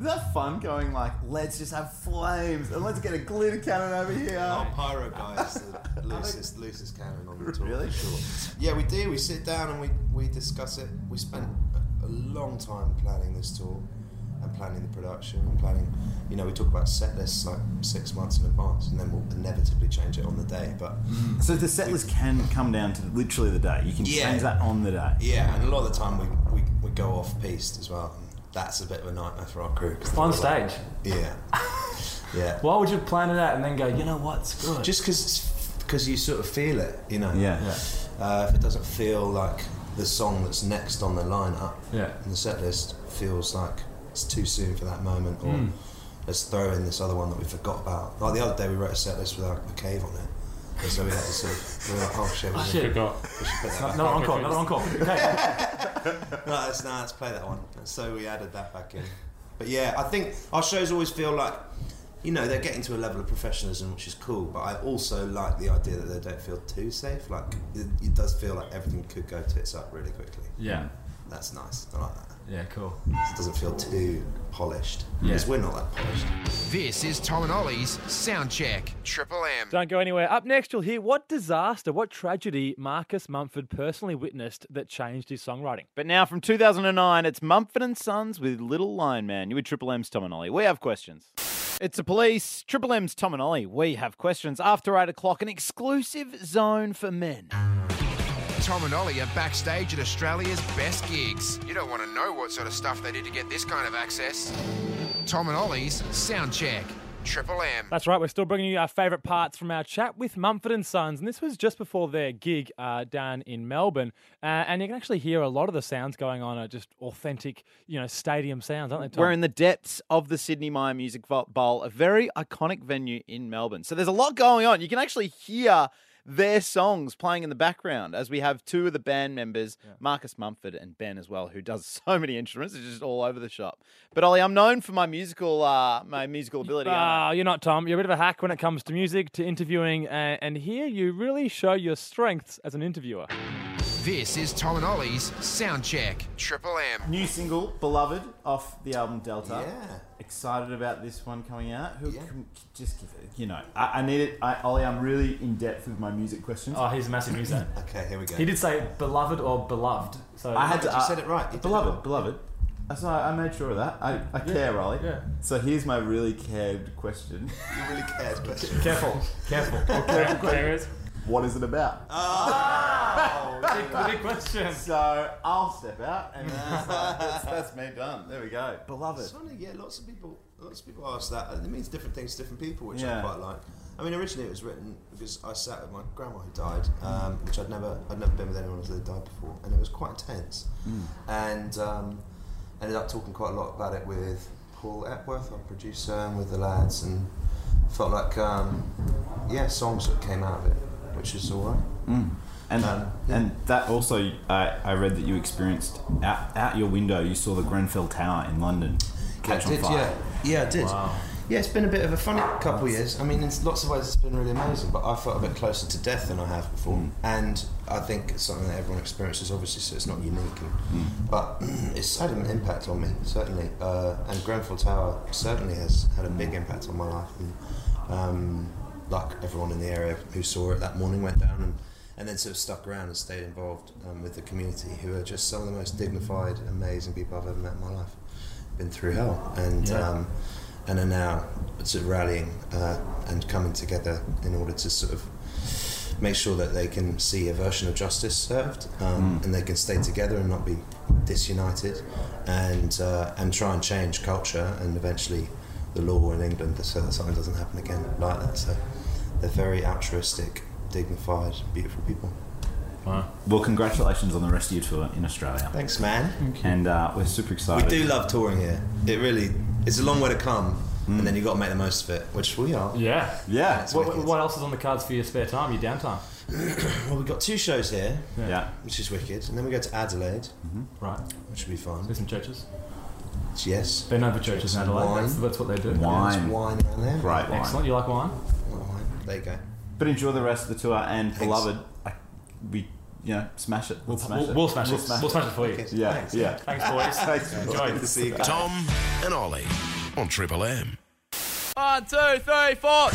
Speaker 6: that fun going like, let's just have flames and let's get a glitter cannon over here.
Speaker 16: Our pyro guy is the [laughs] loosest, loosest cannon on the tour.
Speaker 6: Really?
Speaker 16: for Sure. Yeah, we do. We sit down and we, we discuss it. We spent a, a long time planning this tour and planning the production and planning. You know, we talk about set lists like six months in advance, and then we'll inevitably change it on the day. But
Speaker 6: So the set list can come down to literally the day. You can
Speaker 16: Yeah.
Speaker 6: change that on the day.
Speaker 16: yeah, and a lot of the time we, we, we go off piste as well. And that's a bit of a nightmare for our crew. 'cause
Speaker 17: On
Speaker 16: they're like-
Speaker 17: stage?
Speaker 16: yeah. Yeah.
Speaker 17: Why would you plan it out and then go, you know what, it's good?
Speaker 16: Just because because you sort of feel it, you know.
Speaker 17: Yeah.
Speaker 16: Uh, if it doesn't feel like the song that's next on the lineup,
Speaker 17: Yeah.
Speaker 16: and the set list feels like it's too soon for that moment, or
Speaker 17: Mm.
Speaker 16: let's throw in this other one that we forgot about. Like the other day, we wrote a set list without a cave on it, and so we had to sort of we were like, oh shit, we
Speaker 17: Oh,
Speaker 16: should-
Speaker 17: shit.
Speaker 16: we should put that back
Speaker 17: Another
Speaker 16: in.
Speaker 17: encore, another encore. Okay.
Speaker 16: no, let's, no, let's play that one. And So we added that back in. But yeah, I think our shows always feel like, you know, they're getting to a level of professionalism, which is cool. But I also like the idea that they don't feel too safe. Like, it, it does feel like everything could go tits up really quickly.
Speaker 17: Yeah.
Speaker 16: That's nice. I like that.
Speaker 17: Yeah, cool.
Speaker 16: It doesn't feel too polished. Because we're not that polished.
Speaker 13: This is Tom and Ollie's sound check. Triple M.
Speaker 5: Don't go anywhere. Up next, you'll hear what disaster, what tragedy Marcus Mumford personally witnessed that changed his songwriting.
Speaker 6: But now from 2009, it's Mumford and Sons with Little Lion Man. You with Triple M's Tom and Ollie. We have questions. It's the police. Triple M's Tom and Ollie. We have questions after eight o'clock. An exclusive zone for men.
Speaker 13: Tom and Ollie are backstage at Australia's best gigs. You don't want to know what sort of stuff they did to get this kind of access. Tom and Ollie's sound check. Triple M.
Speaker 5: That's right. We're still bringing you our favourite parts from our chat with Mumford and Sons, and this was just before their gig uh, down in Melbourne. Uh, and you can actually hear a lot of the sounds going on are just authentic, you know, stadium sounds, aren't they? Tom?
Speaker 6: We're in the depths of the Sydney Meyer Music Vo- Bowl, a very iconic venue in Melbourne. So there's a lot going on. You can actually hear their songs playing in the background as we have two of the band members, Marcus Mumford and Ben as well, who does [laughs] so many instruments. It's just all over the shop. But Ollie, I'm known for my musical, uh, my musical ability. aren't I?
Speaker 5: Ah, you're not Tom. You're a bit of a hack when it comes to music, to interviewing, uh, and here you really show your strengths as an interviewer.
Speaker 13: This is Tom and Ollie's sound check. Triple M.
Speaker 6: New single, Beloved, off the album Delta.
Speaker 13: Yeah.
Speaker 6: Excited about this one coming out. Who can just give it? You know, I, I need it. I, Ollie, I'm really in depth with my music questions.
Speaker 17: Oh, he's a massive music.
Speaker 16: Okay, here we go.
Speaker 17: He did say beloved or beloved. So uh,
Speaker 6: I had to.
Speaker 17: I
Speaker 6: I- beloved, beloved. So I, I made sure of that. I, I
Speaker 17: Yeah,
Speaker 6: care, Ollie.
Speaker 17: yeah.
Speaker 6: So here's my really cared question.
Speaker 16: [laughs] You really cared, question.
Speaker 17: Careful,
Speaker 6: [laughs]
Speaker 17: careful.
Speaker 6: Or careful
Speaker 17: There
Speaker 6: question. What is it about?
Speaker 16: Oh, [laughs]
Speaker 17: big question.
Speaker 6: So I'll step out, and
Speaker 16: [laughs]
Speaker 6: that's, that's me done. There we go. Beloved.
Speaker 16: It's funny, yeah. Lots of people, lots of people ask that, and it means different things to different people, which
Speaker 6: Yeah.
Speaker 16: I quite like. I mean, originally it was written because I sat with my grandma who died, um, which I'd never, I'd never been with anyone who had died before, and it was quite intense.
Speaker 6: Mm.
Speaker 16: And um, ended up talking quite a lot about it with Paul Epworth, our producer, and with the lads, and felt like, um, yeah, songs that came out of it which is all right.
Speaker 18: Mm. And
Speaker 16: Um,
Speaker 18: and that also, I I read that you experienced out, out your window. You saw the Grenfell Tower in London catch
Speaker 16: I
Speaker 18: on
Speaker 16: did,
Speaker 18: fire.
Speaker 16: Yeah, yeah, I did.
Speaker 18: Wow.
Speaker 16: Yeah, it's been a bit of a funny couple of years. I mean, in lots of ways, it's been really amazing. But I felt a bit closer to death than I have before,
Speaker 18: Mm.
Speaker 16: and I think it's something that everyone experiences, obviously, so it's not unique. And,
Speaker 18: Mm.
Speaker 16: But [clears throat] it's had an impact on me, certainly. Uh, and Grenfell Tower certainly has had a big impact on my life. And, um, like everyone in the area who saw it that morning went down and, and then sort of stuck around and stayed involved um, with the community, who are just some of the most dignified, amazing people I've ever met in my life. Been through hell and
Speaker 18: Yeah.
Speaker 16: um, and are now sort of rallying uh, and coming together in order to sort of make sure that they can see a version of justice served
Speaker 18: Hmm.
Speaker 16: um, and they can stay together and not be disunited and uh, and try and change culture and eventually the law in England so that something doesn't happen again like that. So they're very altruistic, dignified, beautiful people.
Speaker 18: Wow. Well, congratulations on the rest of your tour in Australia.
Speaker 16: Thanks, man. Thank
Speaker 18: And uh, we're super
Speaker 16: We
Speaker 18: excited.
Speaker 16: do love touring here. It really it's a long way to come and then you've got to make the most of it, which we [clears throat] are.
Speaker 17: Yeah.
Speaker 16: Yeah. It's
Speaker 17: What, what else is on the cards for your spare time, your downtime?
Speaker 16: well, we've got two shows here.
Speaker 17: Yeah.
Speaker 16: Which is wicked. And then we go to Adelaide.
Speaker 17: Right.
Speaker 16: Which will be fun.
Speaker 17: There's some churches.
Speaker 16: Yes.
Speaker 17: They're known for churches in
Speaker 16: Some
Speaker 17: Adelaide.
Speaker 16: Wine.
Speaker 17: That's, that's what they do.
Speaker 16: Yeah, there's wine down there.
Speaker 17: Excellent. You like wine?
Speaker 16: There you go.
Speaker 18: But enjoy the rest of the tour and beloved, I, we you know smash it. We'll, smash
Speaker 17: we'll-
Speaker 18: it.
Speaker 17: we'll smash it. We'll smash it for you.
Speaker 18: Yeah,
Speaker 17: Thanks.
Speaker 18: yeah.
Speaker 17: Thanks,
Speaker 18: [laughs]
Speaker 17: boys.
Speaker 18: Thanks.
Speaker 17: Enjoy. Good to see you guys.
Speaker 2: Tom and Ollie on Triple M.
Speaker 19: One, two, three, four.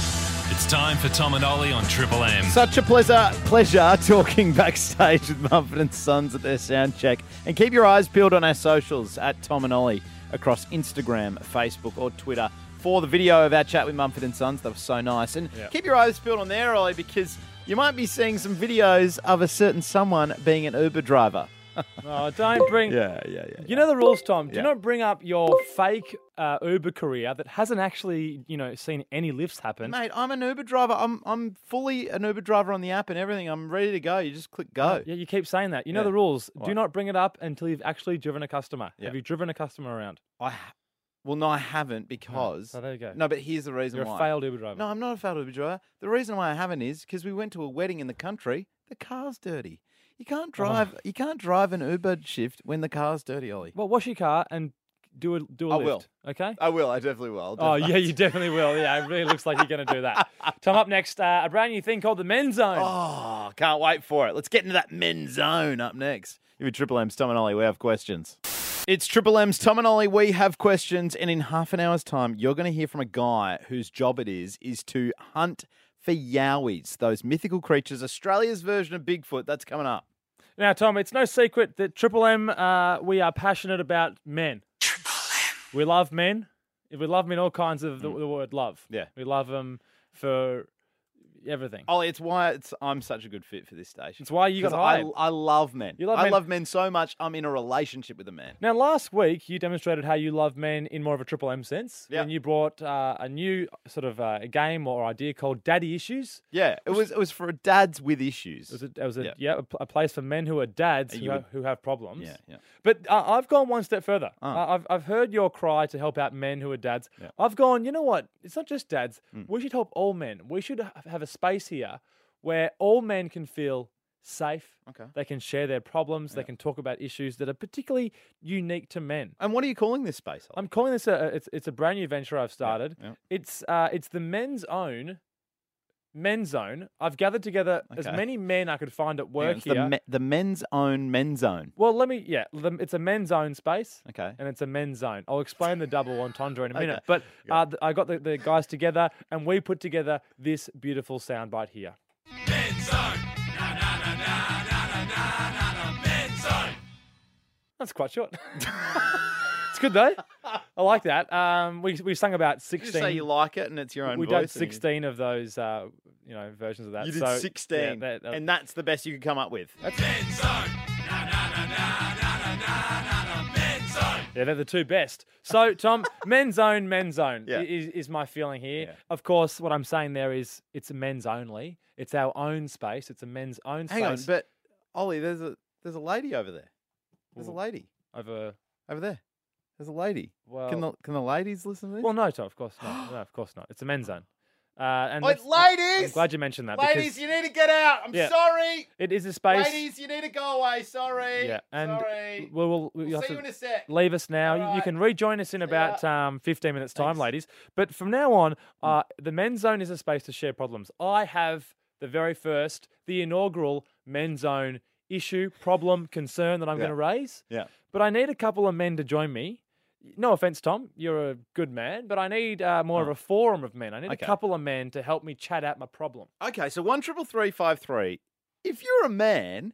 Speaker 1: It's time for Tom and Ollie on Triple M.
Speaker 6: Such a pleasure, pleasure talking backstage with Mumford and Sons at their sound check. And keep your eyes peeled on our socials at Tom and Ollie across Instagram, Facebook, or Twitter for the video of our chat with Mumford and Sons. That was so nice. And
Speaker 18: Yeah.
Speaker 6: keep your eyes peeled on there, Ollie, because you might be seeing some videos of a certain someone being an Uber driver. [laughs]
Speaker 5: No, Oh, don't bring.
Speaker 6: yeah, yeah, yeah.
Speaker 5: You know the rules, Tom. Do
Speaker 6: Yeah.
Speaker 5: not bring up your fake uh, Uber career that hasn't actually, you know, seen any lifts happen.
Speaker 6: Mate, I'm an Uber driver. I'm I'm fully an Uber driver on the app and everything. I'm ready to go. You just click go.
Speaker 5: Yeah, you keep saying that. You know
Speaker 6: Yeah.
Speaker 5: the rules. Do
Speaker 6: What?
Speaker 5: not bring it up
Speaker 6: [laughs]
Speaker 5: until you've actually driven a customer. Have you driven a customer around?
Speaker 6: I, ha- well, no, I haven't because.
Speaker 5: so Oh, there you go.
Speaker 6: No, but here's the reason
Speaker 5: You're a
Speaker 6: why.
Speaker 5: failed Uber driver.
Speaker 6: No, I'm not a failed Uber driver. The reason why I haven't is because we went to a wedding in the country. The car's dirty. You
Speaker 5: Oh.
Speaker 6: can't drive. You can't drive an Uber shift when the car's dirty, Ollie.
Speaker 5: Well, wash your car and do a do a
Speaker 6: I
Speaker 5: lift.
Speaker 6: will.
Speaker 5: Okay.
Speaker 6: I will. I definitely will. I'll do
Speaker 5: Oh
Speaker 6: that.
Speaker 5: yeah,
Speaker 6: [laughs]
Speaker 5: you definitely will. Yeah, it really looks like you're going to do that. Tom, up next, uh, a brand new thing called the Men's Zone.
Speaker 6: Oh, can't wait for it. Let's get into that men's zone up next. You're with Triple M's Tom and Ollie. We have questions. It's Triple M's Tom and Ollie. We have questions, and in half an hour's time, you're going to hear from a guy whose job it is is to hunt for yowies, those mythical creatures, Australia's version of Bigfoot. That's coming up.
Speaker 5: Now, Tom, it's no secret that Triple M, uh, we are passionate about men. Triple M. We love men. If We love men, all kinds of the, the word love.
Speaker 6: Mm. Yeah.
Speaker 5: We love them for everything.
Speaker 6: Ollie, it's why it's I'm such a good fit for this station.
Speaker 5: It's why you got
Speaker 6: 'Cause I,
Speaker 5: hired.
Speaker 6: I love men.
Speaker 5: You love
Speaker 6: I
Speaker 5: men.
Speaker 6: love men so much. I'm in a relationship with a man.
Speaker 5: Now, last week you demonstrated how you love men in more of a triple M sense. Yeah. When you brought uh, a new sort of uh, game or idea called Daddy Issues.
Speaker 6: Yeah, it was it was for dads with issues.
Speaker 5: It was a, it was a,
Speaker 6: Yeah.
Speaker 5: yeah. a, pl- a place for men who are dads
Speaker 6: And
Speaker 5: who,
Speaker 6: you
Speaker 5: ha-
Speaker 6: would-
Speaker 5: who have problems.
Speaker 6: Yeah, yeah.
Speaker 5: But uh, I've gone one step further.
Speaker 6: Ah.
Speaker 5: I- I've, I've heard your cry to help out men who are dads. I've gone, you know what? It's not just dads.
Speaker 6: Mm.
Speaker 5: We should help all men. We should ha- have a space here where all men can feel safe.
Speaker 6: Okay.
Speaker 5: They can share their problems. They can talk about issues that are particularly unique to men.
Speaker 6: And what are you calling this space?
Speaker 5: I'm calling this a, a- it's, it's a brand new venture I've started. It's, uh, it's the men's own. Men's Zone. I've gathered together as
Speaker 6: Okay.
Speaker 5: many men I could find at
Speaker 6: Hang on,
Speaker 5: work
Speaker 6: it's
Speaker 5: here.
Speaker 6: The, me- the men's own men's zone.
Speaker 5: Well, let me. Yeah, lem- it's a men's own space.
Speaker 6: Okay.
Speaker 5: And it's a men's zone. I'll explain the double entendre in a
Speaker 6: Okay.
Speaker 5: minute. But uh, th- I got the, the guys together, and we put together this beautiful soundbite here. That's quite short. [laughs] it's good though. I like that. Um, we we sung about
Speaker 6: Did you
Speaker 5: sixteen.
Speaker 6: say you like it and it's your own
Speaker 5: we did
Speaker 6: voice? and you-
Speaker 5: sixteen of those, uh, you know, versions of that.
Speaker 6: You did
Speaker 5: So, yeah,
Speaker 6: 16.
Speaker 5: that- that-
Speaker 6: and that's the best you could come up with.
Speaker 5: Yeah, they're the two best. So,
Speaker 6: [laughs]
Speaker 5: Tom, men's own, men's own i is, is my feeling here. Of course, what I'm saying there is it's men's only. It's our own space. It's a men's own
Speaker 6: Hang on,
Speaker 5: space.
Speaker 6: but Ollie, there's a there's a lady over there. There's a lady
Speaker 5: over
Speaker 6: over there. There's a lady.
Speaker 5: well,
Speaker 6: can the can the ladies listen to this? [gasps]
Speaker 5: well, no, Tom, of course not. No, of course not. It's a men's zone. Uh, and
Speaker 6: Oi,
Speaker 5: that's-
Speaker 6: ladies!
Speaker 5: I'm glad you mentioned that.
Speaker 6: Ladies,
Speaker 5: because
Speaker 6: you need to get out. I'm
Speaker 5: Yeah.
Speaker 6: sorry.
Speaker 5: it is a space.
Speaker 6: Ladies, you need to go away. Sorry.
Speaker 5: Yeah, and
Speaker 6: sorry.
Speaker 5: we will we'll
Speaker 6: We'll
Speaker 5: have
Speaker 6: see
Speaker 5: to
Speaker 6: you in a sec.
Speaker 5: leave us now. You- You can rejoin us in about um, 15 minutes' time, ladies. But from now on,
Speaker 6: Hmm.
Speaker 5: uh, the men's zone is a space to share problems. I have the very first, the inaugural men's zone issue, problem, concern that I'm
Speaker 6: Yeah.
Speaker 5: going to raise.
Speaker 6: Yeah.
Speaker 5: But I need a couple of men to join me. No offense, Tom, you're a good man, but I need uh, more of a forum of men. I need
Speaker 6: Okay.
Speaker 5: a couple of men to help me chat out my problem.
Speaker 6: Okay, so one triple three five three. If you're a man,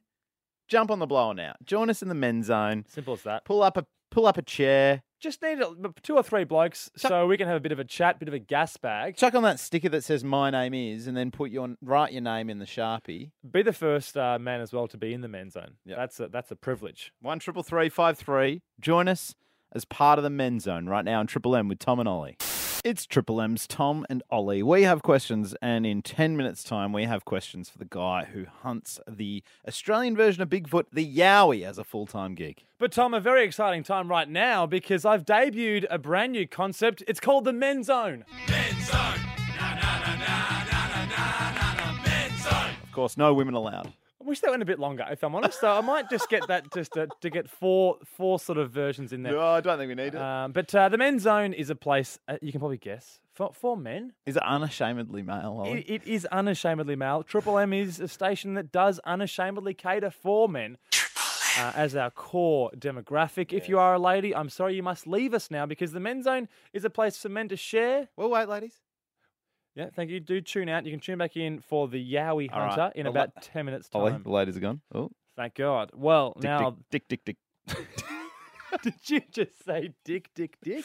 Speaker 6: jump on the blower now. Join us in the men's zone.
Speaker 5: Simple as that.
Speaker 6: Pull up a pull up a chair.
Speaker 5: Just need a, two or three blokes so we can have a bit of a chat, bit of a gas bag.
Speaker 6: Chuck on that sticker that says "My name is," and then put your write your name in the sharpie.
Speaker 5: Be the first uh, man as well to be in the men's zone. That's a that's a privilege.
Speaker 6: One triple three five three. Join us as part of the men's zone right now on Triple M with Tom and Ollie. It's Triple M's Tom and Ollie. We have questions, and in ten minutes' time, we have questions for the guy who hunts the Australian version of Bigfoot, the Yowie, as a full time gig.
Speaker 5: But Tom, a very exciting time right now because I've debuted a brand new concept. It's called the men's zone.
Speaker 6: Of course, no women allowed.
Speaker 5: I wish that went a bit longer, if I'm honest. So I might just get that [laughs] just to, to get four four sort of versions in there.
Speaker 6: No, Oh, I don't think we need it.
Speaker 5: Um, but uh, the men's zone is a place uh, you can probably guess for for men.
Speaker 6: Is it unashamedly male? Ollie?
Speaker 5: It, it is unashamedly male. Triple M is a station that does unashamedly cater for men uh, as our core demographic. If you are a lady, I'm sorry, you must leave us now because the men's zone is a place for men to share.
Speaker 6: Well, wait, ladies.
Speaker 5: Yeah, thank you. Do tune out. You can tune back in for the Yowie
Speaker 6: All right.
Speaker 5: Hunter in
Speaker 6: The
Speaker 5: about
Speaker 6: la-
Speaker 5: 10 minutes' time.
Speaker 6: Ollie, the ladies are gone. Oh,
Speaker 5: Thank God. Well,
Speaker 6: dick,
Speaker 5: now,
Speaker 6: dick, dick,
Speaker 5: [laughs]
Speaker 6: dick, dick.
Speaker 5: did [laughs] you just say dick, dick, dick?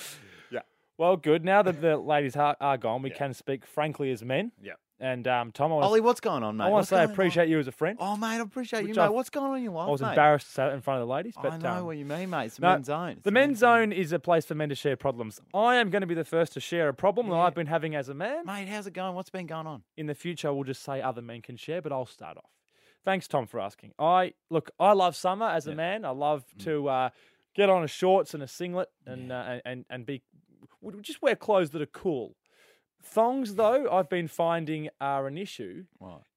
Speaker 5: yeah. Well, good. Now that the ladies are, are gone, we can speak frankly as men.
Speaker 6: Yeah.
Speaker 5: And um, Tom, I wanna-
Speaker 6: Ollie, what's going on, mate?
Speaker 5: I want
Speaker 6: What's
Speaker 5: to say I
Speaker 6: going on?
Speaker 5: appreciate you as a friend.
Speaker 6: Oh, mate, I appreciate you,
Speaker 5: Which
Speaker 6: mate.
Speaker 5: I've-
Speaker 6: What's going on in your life?
Speaker 5: I was
Speaker 6: mate?
Speaker 5: embarrassed to say that in front of the ladies, but
Speaker 6: I know
Speaker 5: um,
Speaker 6: what you mean, mate. It's the
Speaker 5: no,
Speaker 6: men's zone.
Speaker 5: The men's zone is a place for men to share problems. I am going to be the first to share a problem that I've been having as a man.
Speaker 6: Mate, how's it going? What's been going on?
Speaker 5: In the future, we'll just say other men can share, but I'll start off. Thanks, Tom, for asking. I look, I love summer as a man. I love
Speaker 6: Mm.
Speaker 5: to uh, get on a shorts and a singlet and uh, and- and and be would just wear clothes that are cool. Thongs, though, I've been finding are an issue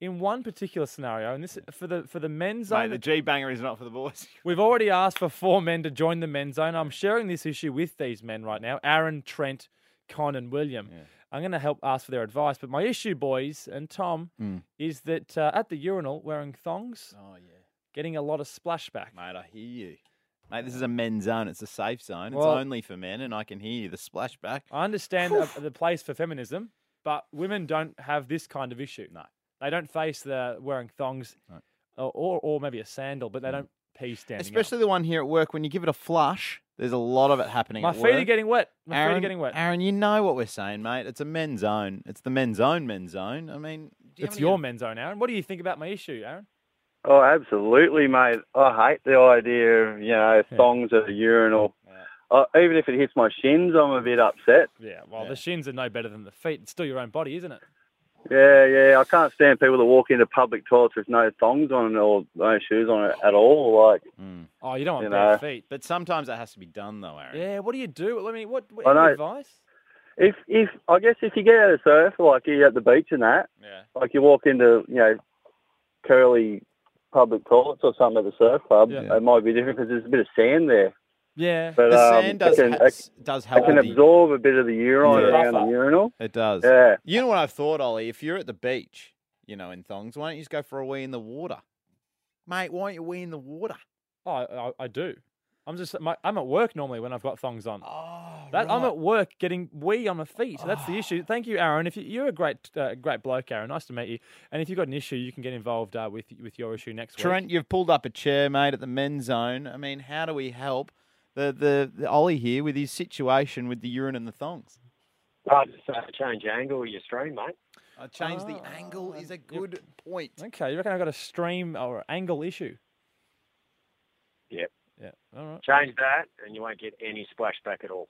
Speaker 5: in one particular scenario, and this for the for the men's zone.
Speaker 6: Mate, the G banger is not for the boys.
Speaker 5: We've already asked for four men to join the men's zone. I'm sharing this issue with these men right now Aaron, Trent, Con, and William. I'm going to help ask for their advice. But my issue, boys, and Tom,
Speaker 6: Mm.
Speaker 5: is that uh, at the urinal, wearing thongs, oh, yeah. getting a lot of splashback.
Speaker 6: Mate, I hear you. Mate, this is a men's zone. It's a safe zone.
Speaker 5: Well-
Speaker 6: it's only for men, and I can hear you. The splashback.
Speaker 5: I understand uh, the place for feminism, but women don't have this kind of issue.
Speaker 6: No.
Speaker 5: They don't face the wearing thongs or, or, or maybe a sandal, but they don't pee standing up.
Speaker 6: Especially the one here at work. When you give it a flush, there's a lot of it happening.
Speaker 5: My
Speaker 6: at
Speaker 5: feet
Speaker 6: work.
Speaker 5: are getting wet. My
Speaker 6: Aaron,
Speaker 5: feet are getting wet.
Speaker 6: Aaron, you know what we're saying, mate. It's a men's zone. It's the men's own men's zone. I mean, do you have
Speaker 5: It's
Speaker 6: any-
Speaker 5: your men's zone, Aaron. What do you think about my issue, Aaron?
Speaker 12: Oh, absolutely, mate. I hate the idea of, you know, thongs at a urinal. Uh, even if it hits my shins, I'm a bit upset.
Speaker 5: Yeah, well, the shins are no better than the feet. It's still your own body, isn't it?
Speaker 12: Yeah, yeah. I can't stand people that walk into public toilets with no thongs on or no shoes on at all. Like,
Speaker 6: Mm.
Speaker 5: Oh, you don't want
Speaker 12: You
Speaker 5: bare
Speaker 12: know.
Speaker 5: feet.
Speaker 6: But sometimes that has to be done, though, Aaron.
Speaker 5: Yeah, what do you do? I mean, what, what
Speaker 12: I
Speaker 5: any
Speaker 12: know.
Speaker 5: advice?
Speaker 12: if if I guess if you get out of surf, like you're at the beach and that,
Speaker 6: Yeah.
Speaker 12: like you walk into you know curly public toilets or something at the surf club, it might be different because there's a bit of sand there.
Speaker 5: Yeah.
Speaker 12: But,
Speaker 6: the
Speaker 12: um,
Speaker 6: sand does,
Speaker 12: it can-
Speaker 6: ha-
Speaker 12: it-
Speaker 6: does
Speaker 12: I
Speaker 6: help.
Speaker 12: can
Speaker 6: with the-
Speaker 12: absorb a bit of the urine
Speaker 6: Yeah.
Speaker 12: around the
Speaker 6: Buffer.
Speaker 12: urinal.
Speaker 6: It does.
Speaker 12: Yeah.
Speaker 6: You know what I've thought, Ollie? If you're at the beach, you know, in thongs, why don't you just go for a wee in the water? Mate, why aren't you wee in the water?
Speaker 5: Oh, I, I, I do. I'm just, my, I'm at work normally when I've got thongs on. Oh, that, I'm at work getting wee on my feet. So that's the issue.
Speaker 6: Ah.
Speaker 5: Thank you, Aaron. If you, you're a great, uh, great bloke, Aaron. Nice to meet you. And if you've got an issue, you can get involved uh, with with your issue next week.
Speaker 6: Trent, you've pulled up a chair, mate, at the men's zone. I mean, how do we help the, the, the Ollie here with his situation with the urine and the thongs?
Speaker 20: Oh, just uh, change angle of your stream, mate.
Speaker 6: I change the
Speaker 13: Ah,
Speaker 6: angle is a good point.
Speaker 5: Okay, you reckon I've got a stream or angle issue?
Speaker 20: Yep.
Speaker 5: Yeah. All right.
Speaker 20: Change that, and you won't get any splashback at all.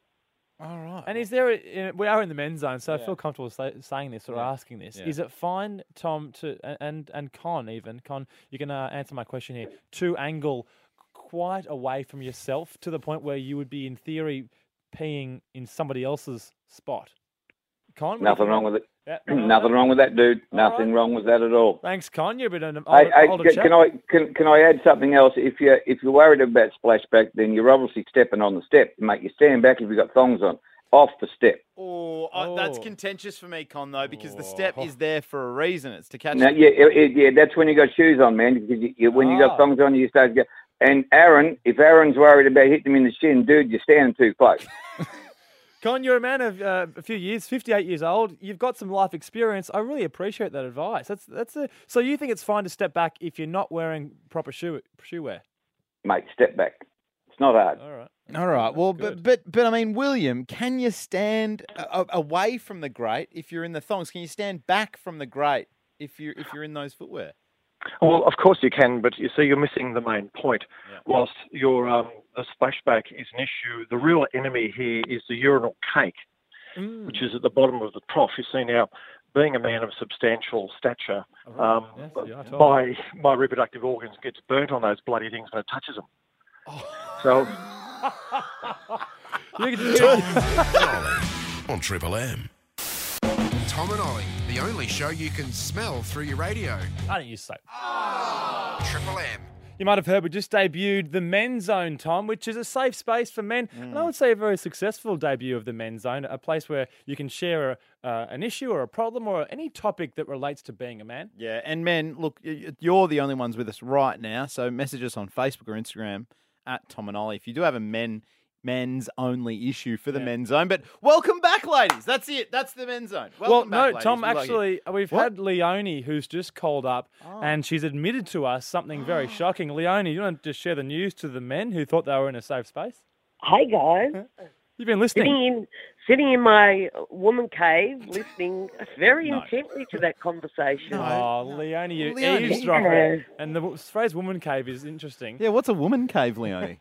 Speaker 5: All right. And is there? A, uh, we are in the men's zone, so I
Speaker 20: Yeah.
Speaker 5: feel comfortable say, saying this or asking this.
Speaker 20: Yeah.
Speaker 5: Is it fine, Tom, to a- and and Con even Con? You can uh, answer my question here. To angle quite away from yourself to the point where you would be in theory peeing in somebody else's spot. Con, what do you
Speaker 7: Nothing
Speaker 5: think
Speaker 7: wrong
Speaker 5: about-
Speaker 7: with it.
Speaker 4: [clears throat] Nothing wrong with that, dude. Nothing wrong with that at all.
Speaker 5: Thanks, Con. You've been an
Speaker 4: Hey,
Speaker 5: older,
Speaker 4: hey,
Speaker 5: older
Speaker 4: can,
Speaker 5: chap.
Speaker 4: can I can, can I add something else? If you if you're worried about splashback, then you're obviously stepping on the step. Mate, you stand back if you've got thongs on. Off the step.
Speaker 6: Oh, uh, that's contentious for me, Con, though, because the step is there for a reason. It's to catch.
Speaker 4: No, yeah, it, it, yeah, that's when you got shoes on, man. Because you, you, when you
Speaker 6: Ah.
Speaker 4: got thongs on, you start to go. And Aaron, if Aaron's worried about hitting him in the shin, dude, you're standing too close.
Speaker 5: Con, you're a man of uh, a few years, 58 years old. You've got some life experience. I really appreciate that advice. That's that's a, so you think it's fine to step back if you're not wearing proper shoe shoe wear.
Speaker 4: Mate, step back. It's not hard.
Speaker 5: All right.
Speaker 6: All right. Well, but but but I mean, William, can you stand a- a- away from the grate if you're in the thongs? Can you stand back from the grate if you if you're in those footwear?
Speaker 9: Well, of course you can, but you see, you're missing the main point. Whilst your um, the splashback is an issue, the real enemy here is the urinal cake,
Speaker 5: Hmm.
Speaker 9: which is at the bottom of the trough. You see now, being a man of substantial stature, um, my my reproductive organs gets burnt on those bloody things when it touches them. So
Speaker 14: Mm.
Speaker 2: on Triple M.
Speaker 13: Tom and Ollie, the only show you can smell through your radio.
Speaker 5: I don't use soap.
Speaker 13: Triple M.
Speaker 5: You might have heard we just debuted the Men's Zone, Tom, which is a safe space for men,
Speaker 9: Mm.
Speaker 5: and I would say a very successful debut of the Men's Zone, a place where you can share a, uh, an issue or a problem or any topic that relates to being a man.
Speaker 6: Yeah, and men, look, y- y- you're the only ones with us right now. So message us on Facebook or Instagram at Tom and Ollie if you do have a men men's only issue for the men's zone. But welcome back, ladies. That's it. That's the men's zone. Welcome
Speaker 5: well,
Speaker 6: back,
Speaker 5: no,
Speaker 6: ladies.
Speaker 5: Tom.
Speaker 6: We love you. Oh.
Speaker 5: Actually, we've had Leonie, who's just called up, and she's admitted to us something
Speaker 6: Ah.
Speaker 5: very shocking. Leonie, you want to share the news to the men who thought they were in a safe space?
Speaker 7: Hey guys.
Speaker 5: You've been listening.
Speaker 7: Sitting in, sitting in my woman
Speaker 5: [laughs]
Speaker 7: cave, listening very
Speaker 5: No.
Speaker 7: intently to that conversation.
Speaker 5: oh, Leonie, you
Speaker 7: Leonie.
Speaker 5: eavesdropper. And the w- phrase "woman cave" is interesting.
Speaker 6: Yeah, what's a woman cave, Leonie?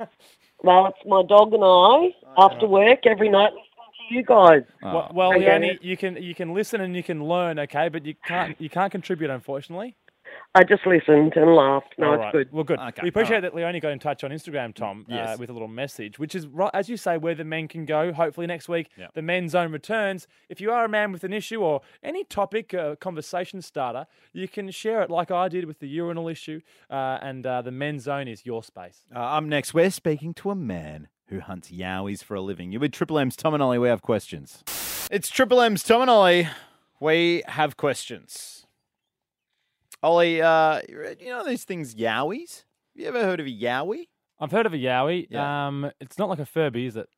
Speaker 7: Well, it's my dog and I after work every night listening to you guys.
Speaker 6: Ah.
Speaker 5: Well, well
Speaker 7: And, uh,
Speaker 5: Leonie, you can you can listen and you can learn, okay, but you can't you can't contribute, unfortunately.
Speaker 7: I just listened and laughed. No,
Speaker 5: All
Speaker 7: it's
Speaker 5: right.
Speaker 7: good.
Speaker 5: Well, good. we appreciate that Leonie got in touch on Instagram, Tom, uh,
Speaker 7: Yes.
Speaker 5: with a little message, which is right as you say, where the men can go. Hopefully next week, the men's zone returns. If you are a man with an issue or any topic, uh, conversation starter, you can share it like I did with the urinal issue, uh, and uh, the men's zone is your space.
Speaker 6: Uh, up next, we're speaking to a man who hunts yowies for a living. You're with Triple M's Tom and Ollie. We have questions. It's Triple M's Tom and Ollie. We have questions. Ollie, uh, you know those things, yowies? You ever heard of a yowie?
Speaker 5: I've heard of a yowie. Um, it's not like a Furby, is it?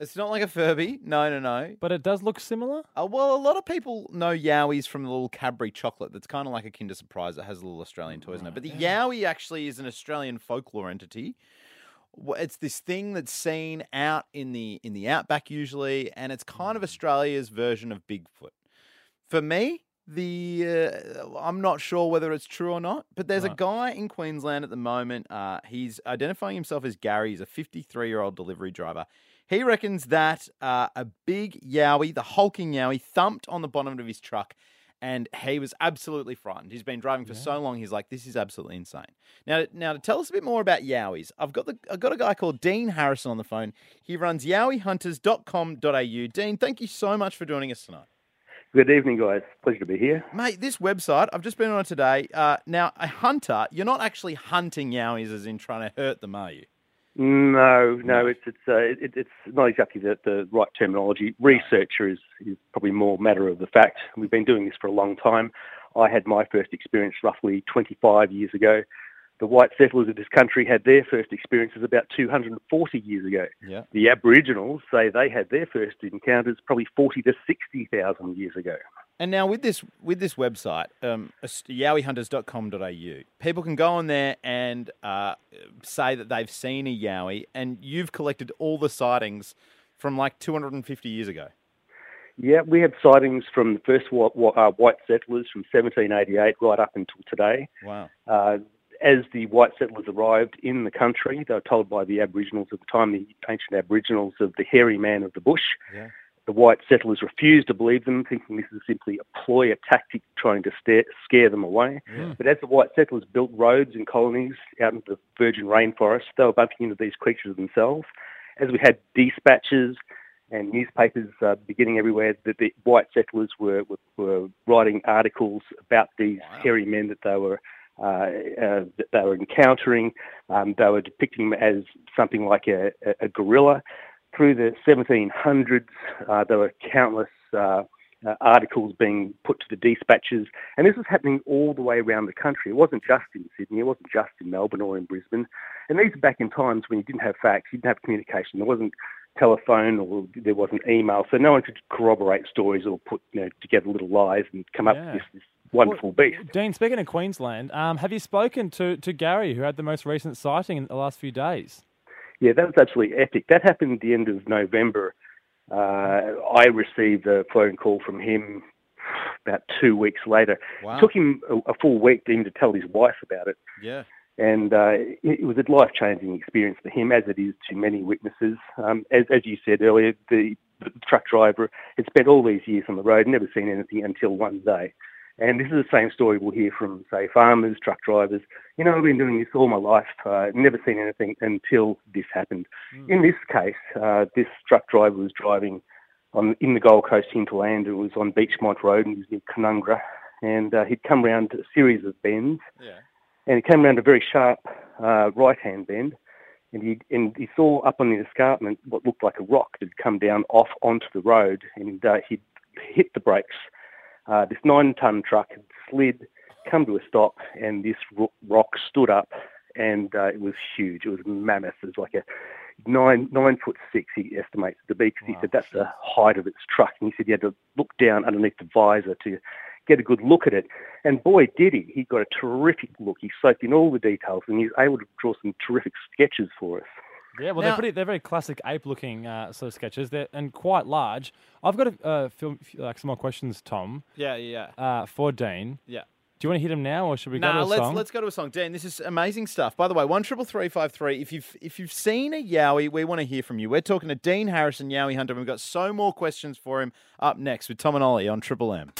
Speaker 6: It's not like a Furby. No, no, no.
Speaker 5: But it does look similar.
Speaker 6: Uh, well, a lot of people know yowies from the little Cadbury chocolate that's kind of like a Kinder Surprise. It has little Australian toys in it. But the yowie actually is an Australian folklore entity. Wh- It's this thing that's seen out in the in the outback usually, and it's kind of
Speaker 5: Hmm.
Speaker 6: Australia's version of Bigfoot. For me, the uh, I'm not sure whether it's true or not, but there's a guy in Queensland at the moment. Uh, he's identifying himself as Gary. He's a 53 year old delivery driver. He reckons that uh, a big yowie, the hulking yowie, thumped on the bottom of his truck, and he was absolutely frightened. He's been driving for so long. He's like, "This is absolutely insane." Now, now to tell us a bit more about yowies, I've got the I've got a guy called Dean Harrison on the phone. He runs yowiehunters.com.au. Dean, thank you so much for joining us tonight.
Speaker 21: Good evening, guys. Pleasure to be here.
Speaker 6: Mate, this website, I've just been on it today. Uh, now, a hunter, you're not actually hunting yowies as in trying to hurt them, are you?
Speaker 21: No, no, it's it's uh, it, it's not exactly the, the right terminology. Researcher is, is probably more matter of the fact. We've been doing this for a long time. I had my first experience roughly 25 years ago. The white settlers of this country had their first experiences about 240 years ago.
Speaker 6: Yeah.
Speaker 21: The Aboriginals say they had their first encounters probably 40 to 60,000 years ago.
Speaker 6: And now with this with this website, um, ast- yowiehunters.com.au, people can go on there and uh, say that they've seen a yowie, and you've collected all the sightings from like 250 years ago.
Speaker 21: Yeah, we have sightings from the first wa- wa- uh, white settlers from 1788 right up until today.
Speaker 6: Wow.
Speaker 21: Uh, as the white settlers arrived in the country, they were told by the Aboriginals at the time, the ancient Aboriginals, of the hairy man of the bush.
Speaker 6: Yeah.
Speaker 21: The white settlers refused to believe them, thinking this is simply a ploy, a tactic trying to stare, scare them away.
Speaker 6: Yeah.
Speaker 21: But as the white settlers built roads and colonies out into the virgin rainforest, they were bumping into these creatures themselves. As we had dispatches and newspapers uh, beginning everywhere that the white settlers were, were, were writing articles about these hairy men that they were uh, uh, that they were encountering. Um, they were depicting them as something like a, a, a gorilla. Through the 1700s, uh, there were countless uh, uh, articles being put to the dispatches, and this was happening all the way around the country. It wasn't just in Sydney, it wasn't just in Melbourne or in Brisbane. And these are back in times when you didn't have facts, you didn't have communication, there wasn't telephone or there wasn't email, so no one could corroborate stories or put you know, together little lies and come up
Speaker 5: Yeah.
Speaker 21: with this, this wonderful beast.
Speaker 5: Dean, speaking of Queensland, um, have you spoken to, to Gary, who had the most recent sighting in the last few days?
Speaker 21: Yeah, that was absolutely epic. That happened at the end of November. Uh, I received a phone call from him about two weeks later.
Speaker 22: Wow.
Speaker 21: It took him a, a full week to him to tell his wife about it.
Speaker 22: Yeah.
Speaker 21: And uh, it, it was a life-changing experience for him, as it is to many witnesses. Um, as, as you said earlier, the, the truck driver had spent all these years on the road, never seen anything until one day. And this is the same story we'll hear from, say, farmers, truck drivers. You know, I've been doing this all my life, uh, never seen anything until this happened. In this case, uh, this truck driver was driving on in the Gold Coast hinterland. It was on Beachmont Road and he was near Canungra. And uh, he'd come round a series of bends. And he came round a very sharp uh, right-hand bend. And he, and he saw up on the escarpment what looked like a rock that had come down off onto the road. And uh, he'd hit the brakes. Uh, this nine-ton truck had slid, come to a stop, and this ro- rock stood up. And uh, it was huge. It was mammoth. It was like a nine nine foot six, he estimates it to be, because he said that's the height of its truck. And he said he had to look down underneath the visor to get a good look at it. And boy, did he! He got a terrific look. He soaked in all the details, and he was able to draw some terrific sketches for us.
Speaker 5: Yeah, well,
Speaker 6: Now-
Speaker 5: they're pretty. They're very classic ape-looking uh, sort of sketches. They're and quite large. I've got a uh, film, like some more questions, Tom.
Speaker 6: Yeah, yeah,
Speaker 5: Uh, for Dean.
Speaker 6: Yeah.
Speaker 5: Do you want to hit him now, or should we go
Speaker 6: Nah,
Speaker 5: to a
Speaker 6: let's
Speaker 5: song?
Speaker 6: let's go to a song, Dan. This is amazing stuff. By the way, one triple three five three. If you've if you've seen a Yowie, we want to hear from you. We're talking to Dean Harrison, Yowie Hunter, and we've got so more questions for him up next with Tom and Ollie on Triple M.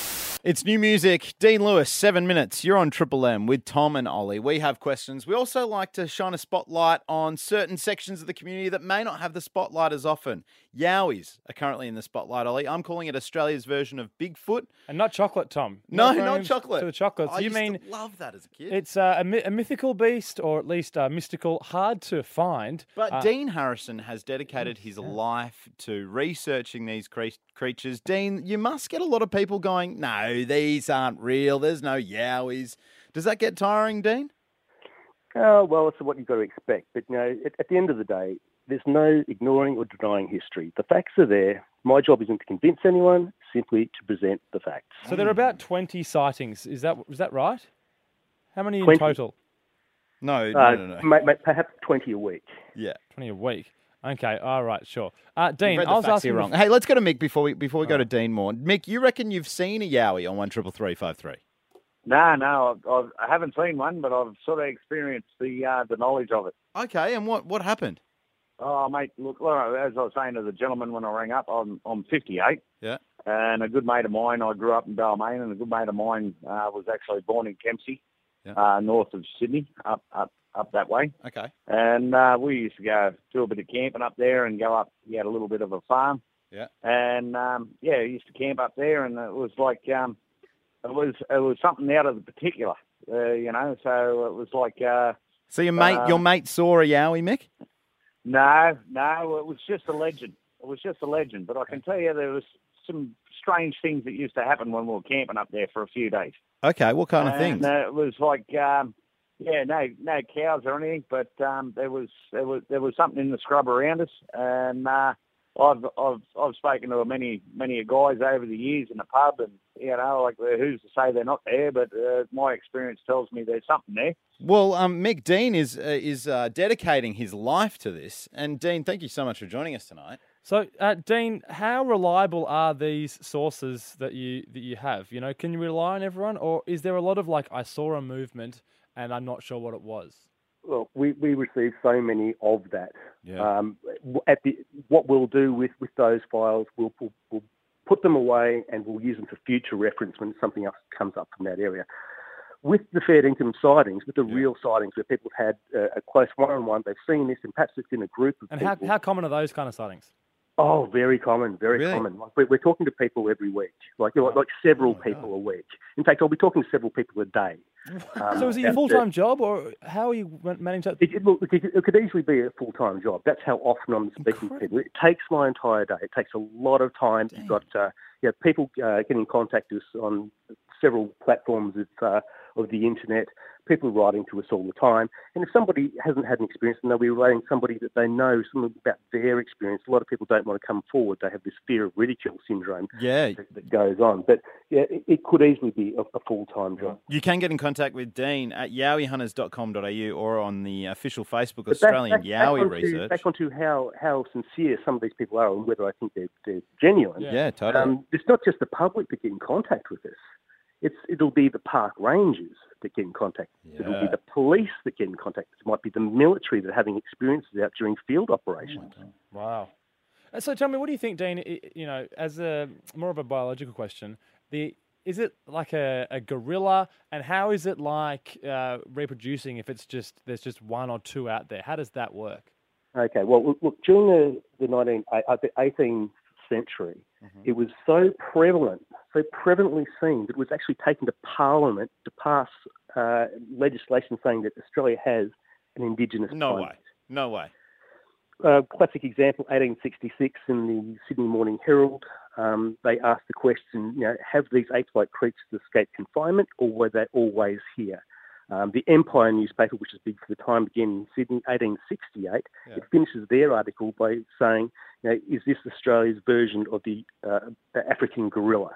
Speaker 6: It's new music. Dean Lewis, seven minutes. You're on Triple M with Tom and Ollie. We have questions. We also like to shine a spotlight on certain sections of the community that may not have the spotlight as often. Yowies are currently in the spotlight, Ollie. I'm calling it Australia's version of Bigfoot.
Speaker 5: And not chocolate, Tom.
Speaker 6: No,
Speaker 5: Not going
Speaker 6: not
Speaker 5: to
Speaker 6: chocolate.
Speaker 5: the chocolates.
Speaker 6: I
Speaker 5: You
Speaker 6: used to
Speaker 5: mean-
Speaker 6: love that as a kid?
Speaker 5: It's uh, a, myth- a mythical beast, or at least uh, mystical, hard to find.
Speaker 6: But
Speaker 5: Uh,
Speaker 6: Dean Harrison has dedicated his life to researching these crea- creatures. Dean, you must get a lot of people going, no, these aren't real. There's no yowies. Does that get tiring, Dean?
Speaker 21: Oh, well, it's what you've got to expect. But, you know, at, at the end of the day, there's no ignoring or denying history. The facts are there. My job isn't to convince anyone, simply to present the facts.
Speaker 5: So there are about twenty sightings. Is that is that right? How many in
Speaker 21: 20.
Speaker 5: total?
Speaker 6: No,
Speaker 21: Uh, ma- ma- perhaps 20 a week.
Speaker 6: Yeah,
Speaker 5: twenty a week. Okay, all right, sure. Uh, Dean,
Speaker 6: read the
Speaker 5: I was
Speaker 6: facts
Speaker 5: asking
Speaker 6: here wrong. Hey, let's go to Mick before we before we go to Dean more. Mick, you reckon you've seen a yowie on one triple three five three?
Speaker 20: No, no, I've, I've, I haven't seen one, but I've sort of experienced the uh, the knowledge of it.
Speaker 6: Okay, and what what happened?
Speaker 20: Oh, mate, look, well, as I was saying to the gentleman when I rang up, I'm, I'm 58,
Speaker 6: Yeah.
Speaker 20: and a good mate of mine, I grew up in Balmain, and a good mate of mine uh, was actually born in Kempsey,
Speaker 6: Yeah.
Speaker 20: uh, north of Sydney, up up up that way.
Speaker 6: Okay.
Speaker 20: And uh, we used to go do a bit of camping up there and go up. He had a little bit of a farm.
Speaker 6: Yeah.
Speaker 20: And um, yeah, he used to camp up there, and it was like um, it was it was something out of the particular, uh, you know. So it was like uh,
Speaker 6: So your mate
Speaker 20: Uh,
Speaker 6: your mate saw a yowie, Mick?
Speaker 20: no, no, it was just a legend. It was just a legend. But I can tell you there was some strange things that used to happen when we were camping up there for a few days.
Speaker 6: Okay, what kind of
Speaker 20: And,
Speaker 6: things?
Speaker 20: uh, it was like, um, yeah, no, no cows or anything, but um, there was there was there was something in the scrub around us, and uh, I've I've I've spoken to many many guys over the years in the pub, and you know, like who's to say they're not there, but uh, my experience tells me there's something there.
Speaker 6: Well, um, Mick Dean is uh, is uh, dedicating his life to this, and Dean, thank you so much for joining us tonight.
Speaker 5: So, uh, Dean, how reliable are these sources that you that you have? You know, can you rely on everyone, or is there a lot of like I saw a movement and I'm not sure what it was?
Speaker 21: Well, we, we receive so many of that. Um, w- at the, what we'll do with, with those files, we'll, we'll, we'll put them away and we'll use them for future reference when something else comes up from that area. With the fair dinkum sightings, with the real sightings where people have had uh, a close one-on-one, they've seen this, and perhaps it's in a group of
Speaker 5: And how,
Speaker 21: people.
Speaker 5: how common are those kind of sightings?
Speaker 21: Oh, very common, very Really? common. Like we're, we're talking to people every week, like you know, like
Speaker 5: Oh
Speaker 21: several people a week. In fact, I'll be talking to several people a day.
Speaker 5: [laughs]
Speaker 21: Um,
Speaker 5: so is it your
Speaker 21: and
Speaker 5: full time job, or how are you man- managing that?
Speaker 21: It, it, look, it, could- it could easily be a full time job. That's how often I'm speaking to people. It takes my entire day. It takes a lot of time. You've got uh, yeah, people uh, getting in contact us on several platforms of, uh, of the internet. People writing to us all the time. And if somebody hasn't had an experience, and they'll be relating somebody that they know something about their experience. A lot of people don't want to come forward. They have this fear of ridicule syndrome
Speaker 6: Yeah.
Speaker 21: that, that goes on. But yeah, it, it could easily be a, a full time job.
Speaker 6: You can get in contact with Dean at yowiehunters.com.au or on the official Facebook
Speaker 21: But
Speaker 6: Australian
Speaker 21: back, back,
Speaker 6: Yowie
Speaker 21: onto,
Speaker 6: Research.
Speaker 21: Back onto how, how sincere some of these people are and whether I think they're, they're genuine.
Speaker 6: Yeah. Yeah, totally.
Speaker 21: Um, it's not just the public that get in contact with us. It's, it'll be the park rangers that get in contact. It'll be
Speaker 6: Yeah.
Speaker 21: the police that get in contact. It might be the military that are having experiences out during field
Speaker 6: Oh
Speaker 21: operations.
Speaker 5: Wow. Uh, So tell me, what do you think, Dean? i- i- You know, as a more of a biological question, the is it like a, a gorilla, and how is it like uh, reproducing if it's just there's just one or two out there? How does that work?
Speaker 21: Okay, well, look, during the, the, 19, uh, the 18th century,
Speaker 6: Mm-hmm.
Speaker 21: it was so prevalent, so prevalently seen that it was actually taken to Parliament to pass uh, legislation saying that Australia has an Indigenous
Speaker 6: No
Speaker 21: climate.
Speaker 6: way. No way.
Speaker 21: Uh, classic example, 1866 in the Sydney Morning Herald, um, they asked the question, you know, have these ape-like creatures escaped confinement or were they always here? Um, the Empire newspaper, which is big for the time, again in Sydney, 1868,
Speaker 6: Yeah.
Speaker 21: it finishes their article by saying, you know, is this Australia's version of the uh, African gorilla?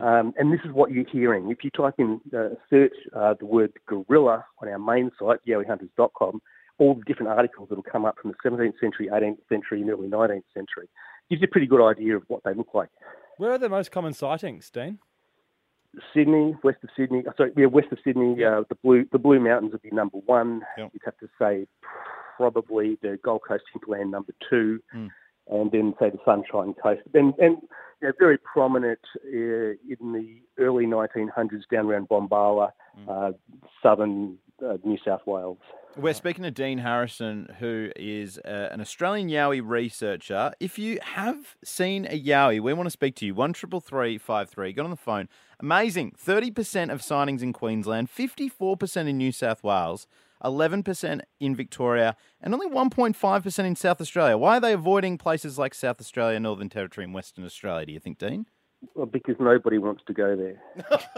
Speaker 21: Um, and this is what you're hearing. If you type in, uh, search uh, the word gorilla on our main site, yowiehunters.com, all the different articles that will come up from the 17th century, 18th century, and early 19th century. Gives you a pretty good idea of what they look like.
Speaker 5: Where are the most common sightings, Dean?
Speaker 21: Sydney, west of Sydney, uh, sorry, yeah, west of Sydney, uh, the blue the Blue Mountains would be number one. You'd have to say probably the Gold Coast hinterland number two,
Speaker 6: Mm.
Speaker 21: and then say the Sunshine Coast. And and you know, very prominent uh, in the early 1900s down around Bombala,
Speaker 6: Mm.
Speaker 21: uh, southern uh, New South Wales.
Speaker 6: We're speaking to Dean Harrison, who is uh, an Australian Yowie researcher. If you have seen a Yowie, we want to speak to you. One triple three five three. Get on the phone. Amazing. Thirty percent of sightings in Queensland, fifty four percent in New South Wales, eleven percent in Victoria, and only one point five percent in South Australia. Why are they avoiding places like South Australia, Northern Territory, and Western Australia? Do you think, Dean?
Speaker 21: Well, because nobody wants to go there.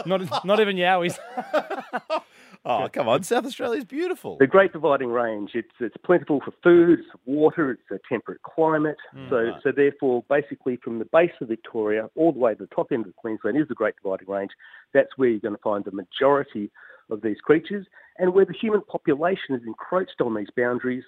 Speaker 5: Not not even Yowies.
Speaker 6: [laughs] Oh, come on. South Australia's beautiful.
Speaker 21: The Great Dividing Range. It's it's plentiful for food, it's for water, it's a temperate climate.
Speaker 6: Mm.
Speaker 21: So
Speaker 6: Right.
Speaker 21: so therefore, basically, from the base of Victoria all the way to the top end of Queensland is the Great Dividing Range. That's where you're going to find the majority of these creatures, and where the human population has encroached on these boundaries.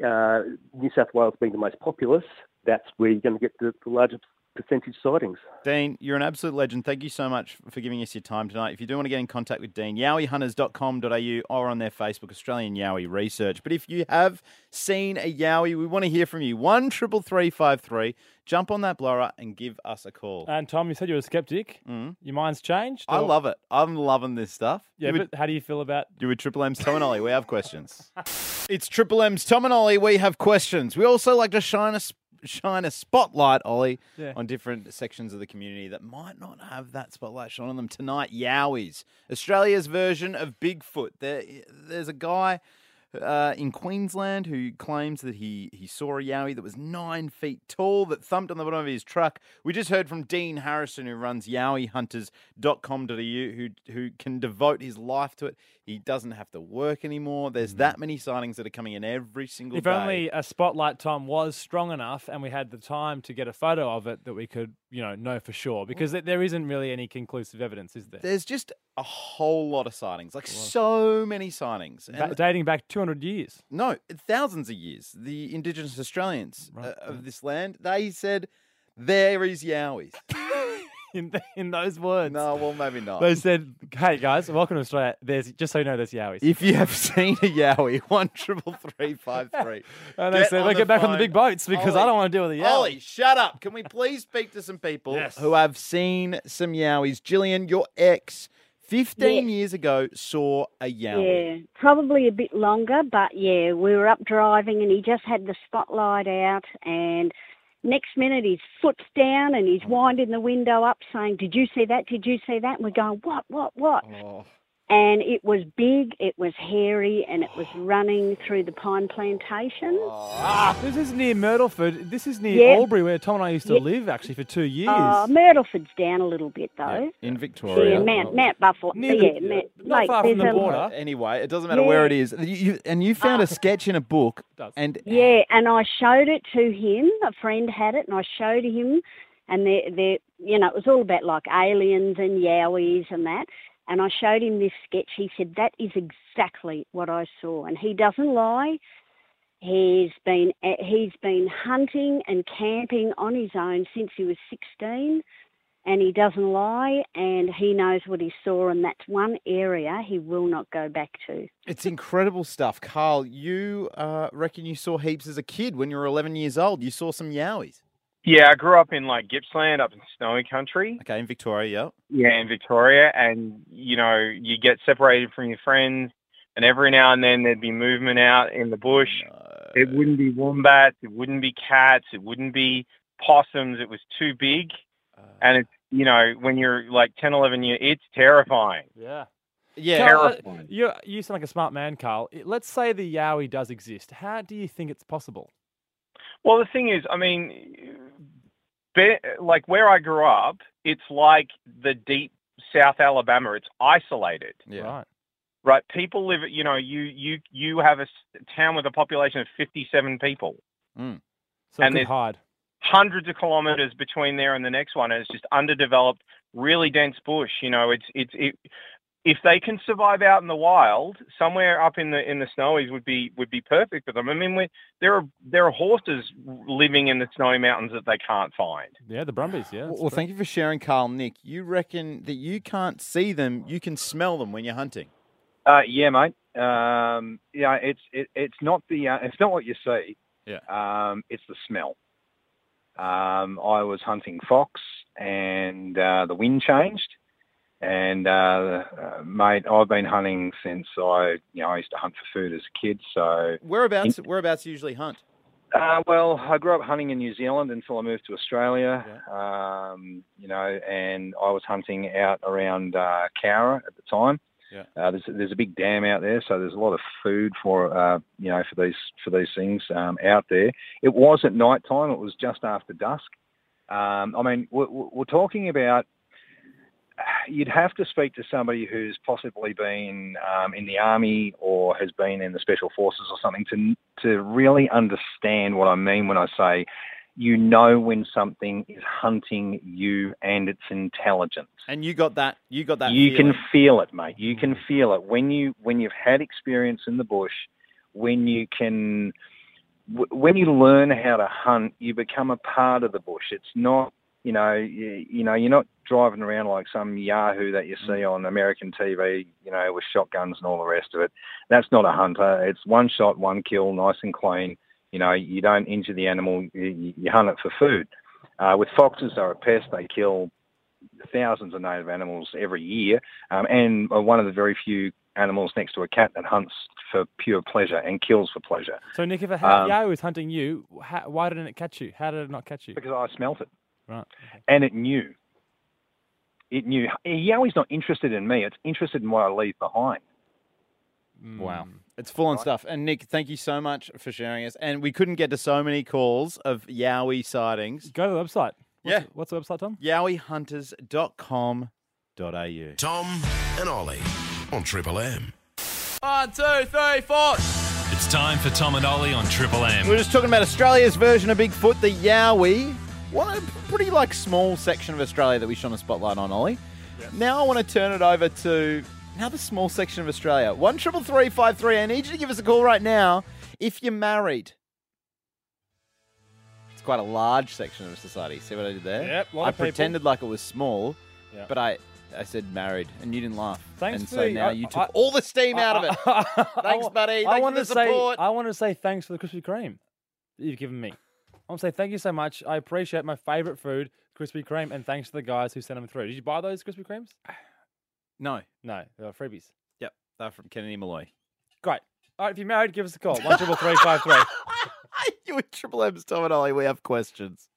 Speaker 21: Uh, New South Wales being the most populous, that's where you're going to get the, the largest percentage sightings.
Speaker 6: Dean, you're an absolute legend. Thank you so much for giving us your time tonight. If you do want to get in contact with Dean, yowiehunters.com.au or on their Facebook, Australian Yowie Research. But if you have seen a Yowie, we want to hear from you. One triple three five three. Jump on that blower and give us a call.
Speaker 5: And Tom, you said you were a skeptic.
Speaker 6: Mm.
Speaker 5: Your mind's changed.
Speaker 6: I
Speaker 5: or-
Speaker 6: love it. I'm loving this stuff.
Speaker 5: Yeah,
Speaker 6: you would-
Speaker 5: but how do you feel about
Speaker 6: you with Triple M's Tom and Ollie. We
Speaker 5: [laughs]
Speaker 6: have questions. it's Triple M's Tom and Ollie. We have questions. We also like to shine a sp- shine a spotlight, Ollie,
Speaker 5: Yeah.
Speaker 6: on different sections of the community that might not have that spotlight shone on them tonight. Yowies, Australia's version of Bigfoot. There, there's a guy. Uh, in Queensland, who claims that he, he saw a yowie that was nine feet tall that thumped on the bottom of his truck. We just heard from Dean Harrison, who runs yowiehunters.com.au, who, who can devote his life to it. He doesn't have to work anymore. There's that many sightings that are coming in every single
Speaker 5: Mm-hmm. If
Speaker 6: day.
Speaker 5: only a spotlight Tom was strong enough and we had the time to get a photo of it that we could, you know, know for sure because th- there isn't really any conclusive evidence, is there?
Speaker 6: There's just a whole lot of sightings, like so many sightings.
Speaker 5: Ba- dating back 200 years.
Speaker 6: No, thousands of years. The Indigenous Australians uh, of this land, they said, there is yowies.
Speaker 5: [laughs] in, in those words.
Speaker 6: No, well, maybe not.
Speaker 5: They
Speaker 6: [laughs]
Speaker 5: said, "Hey guys, welcome to Australia. There's just so you know, there's Yowies."
Speaker 6: If you have seen a Yowie, [laughs] one triple three five three.
Speaker 5: And they said,
Speaker 6: on
Speaker 5: "Look,
Speaker 6: the
Speaker 5: get back on the
Speaker 6: phone.
Speaker 5: big boats because I
Speaker 6: Ollie,
Speaker 5: don't want to deal with the Yowie."
Speaker 6: Ollie, shut up. Can we please speak to some people who have seen some Yowies? Gillian, your ex, 15 years ago, saw a Yowie.
Speaker 22: Yeah, probably a bit longer, but yeah, we were up driving and he just had the spotlight out and Next minute, his foot's down and he's winding the window up saying, did you see that? Did you see that? And we're going, what, what, what? And it was big, it was hairy, and it was running through the pine Uh, plantation.
Speaker 5: Ah, [laughs] this is near Myrtleford. This is near
Speaker 22: Yeah.
Speaker 5: Albury, where Tom and I used to
Speaker 22: Yeah.
Speaker 5: live actually for two years.
Speaker 22: Oh, Myrtleford's down a little bit, though.
Speaker 6: in
Speaker 22: Yeah,
Speaker 6: Victoria.
Speaker 22: Mount, Mount Buffalo.
Speaker 6: Near the-
Speaker 22: yeah, Mount, like, there's a-
Speaker 6: Anyway, it doesn't matter where it
Speaker 22: Yeah. Ah.
Speaker 6: is. You, you, and you found a sketch in a book, and
Speaker 22: Yeah, and I showed it to him. A friend had it, and I showed him, and they, they, you know, it was all about like aliens and yowies and that. And I showed him this sketch. He said that is exactly what I saw, and he doesn't lie. He's been eh, he's been hunting and camping on his own since he was sixteen, and he doesn't lie, and he knows what he saw, and that's one area he will not go back to.
Speaker 6: it's incredible stuff. Carl, you uh, reckon you saw heaps as a kid when you were 11 years old. You saw some yowies.
Speaker 23: Yeah, I grew up in like Gippsland, up in snowy country.
Speaker 6: Okay, in Victoria,
Speaker 23: yeah. Yeah, in Victoria, and you know you get separated from your friends, and every now and then there'd be movement out in the bush. It wouldn't be wombats, it wouldn't be cats, it wouldn't be possums. It was too big,
Speaker 6: Uh.
Speaker 23: and it's you know when you're like 10, 11 year, it's terrifying.
Speaker 5: Yeah.
Speaker 6: Yeah.
Speaker 5: Carl, uh,
Speaker 23: Terrifying.
Speaker 5: you you sound like a smart man, Carl. I- Let's say the Yowie does exist. How do you think it's possible?
Speaker 23: Well, the thing is, I mean, be, like where I grew up, it's like the deep South Alabama. It's isolated.
Speaker 6: Yeah.
Speaker 5: Right.
Speaker 23: Right, people live. You know, you you you have a s- town with a population of fifty-seven people,
Speaker 6: Mm.
Speaker 5: So
Speaker 23: And
Speaker 5: it could
Speaker 23: there's-
Speaker 5: hide.
Speaker 23: hundreds of kilometers between there and the next one, and it's just underdeveloped, really dense bush. You know, it's it's it. If they can survive out in the wild, somewhere up in the in the snowies would be would be perfect for them. I mean, we, there are there are horses living in the snowy mountains that they can't find.
Speaker 5: Yeah, the Brumbies, yeah.
Speaker 6: Well, well, thank you for sharing, Carl. Nick, you reckon that you can't see them, you can smell them when you're hunting.
Speaker 23: Uh, yeah, mate. Um, yeah, it's it, it's not the uh, it's not what you see.
Speaker 6: Yeah.
Speaker 23: Um, it's the smell. Um, I was hunting fox, and uh, the wind changed. And uh, uh, mate, I've been hunting since I you know I used to hunt for food as a kid. So
Speaker 6: Whereabouts, whereabouts you usually hunt?
Speaker 23: uh, well, I grew up hunting in New Zealand until I moved to Australia. Um, you know, and I was hunting out around uh, Cowra at the time.
Speaker 6: Yeah.
Speaker 23: Uh, there's there's a big dam out there, so there's a lot of food for uh, you know for these for these things um, out there. It was at night time; it was just after dusk. Um, I mean, we're, we're talking about you'd have to speak to somebody who's possibly been um, in the army or has been in the special forces or something to to really understand what I mean when I say you know when something is hunting you and its intelligence.
Speaker 6: And you got that. You got that.
Speaker 23: you
Speaker 6: feeling. Mm.
Speaker 23: can feel it, mate. You can feel it when you when you've had experience in the bush, when you can w- when you learn how to hunt, you become a part of the bush. It's not you know you, you know you're not driving around like some yahoo that you see
Speaker 6: Mm.
Speaker 23: on American TV, you know, with shotguns and all the rest of it. That's not a hunter. It's one shot, one kill, nice and clean. You know, you don't injure the animal. You- You, you hunt it for food. Uh, with foxes, they're a pest. They kill thousands of native animals every year, um, and are one of the very few animals next to a cat that hunts for pure pleasure and kills for pleasure.
Speaker 5: So, Nick, if a
Speaker 23: Um,
Speaker 5: um, Yowie is hunting you, how, why didn't it catch you? How did it not catch you?
Speaker 23: Because I smelt it.
Speaker 5: Right.
Speaker 23: and it knew. It knew. Yowie's not interested in me. It's interested in what I leave behind.
Speaker 6: Wow. It's full on stuff. And Nick, thank you so much for sharing us. And we couldn't get to so many calls of Yowie sightings.
Speaker 5: Go to the website.
Speaker 6: Yeah.
Speaker 5: What's the website, Tom?
Speaker 6: YowieHunters.com.au.
Speaker 2: Tom and Ollie on Triple M.
Speaker 19: One, two, three, four.
Speaker 1: It's time for Tom and Ollie on Triple M.
Speaker 6: We're just talking about Australia's version of Bigfoot, the Yowie. One a pretty like small section of Australia that we shone a spotlight on, Ollie. Now I want to turn it over to another small section of Australia. One triple three five three. I need you to give us a call right now if you're married. It's quite a large section of society. See what I did there?
Speaker 5: Yep, lot
Speaker 6: I
Speaker 5: of people.
Speaker 6: pretended like it was small,
Speaker 5: Yeah.
Speaker 6: but I I said married, and you didn't laugh.
Speaker 5: Thanks
Speaker 6: and
Speaker 5: for
Speaker 6: so
Speaker 5: the-
Speaker 6: now
Speaker 5: I-
Speaker 6: you took
Speaker 5: I-
Speaker 6: all the steam out of it. Thanks, buddy. Thanks for
Speaker 5: wanted
Speaker 6: the
Speaker 5: to say-
Speaker 6: support.
Speaker 5: I want to say thanks for the Krispy Kreme that you've given me. I want to say thank you so much. I appreciate my favorite food, Krispy Kreme, and thanks to the guys who sent them through. Did you buy those Krispy Kremes?
Speaker 6: No.
Speaker 5: No, they were freebies.
Speaker 6: Yep, they're from Kennedy Malloy.
Speaker 5: Great. All right, if you're
Speaker 6: [laughs]
Speaker 5: married, give us a call. One triple three five three.
Speaker 6: You and Triple M's Tom and Ollie, we have questions.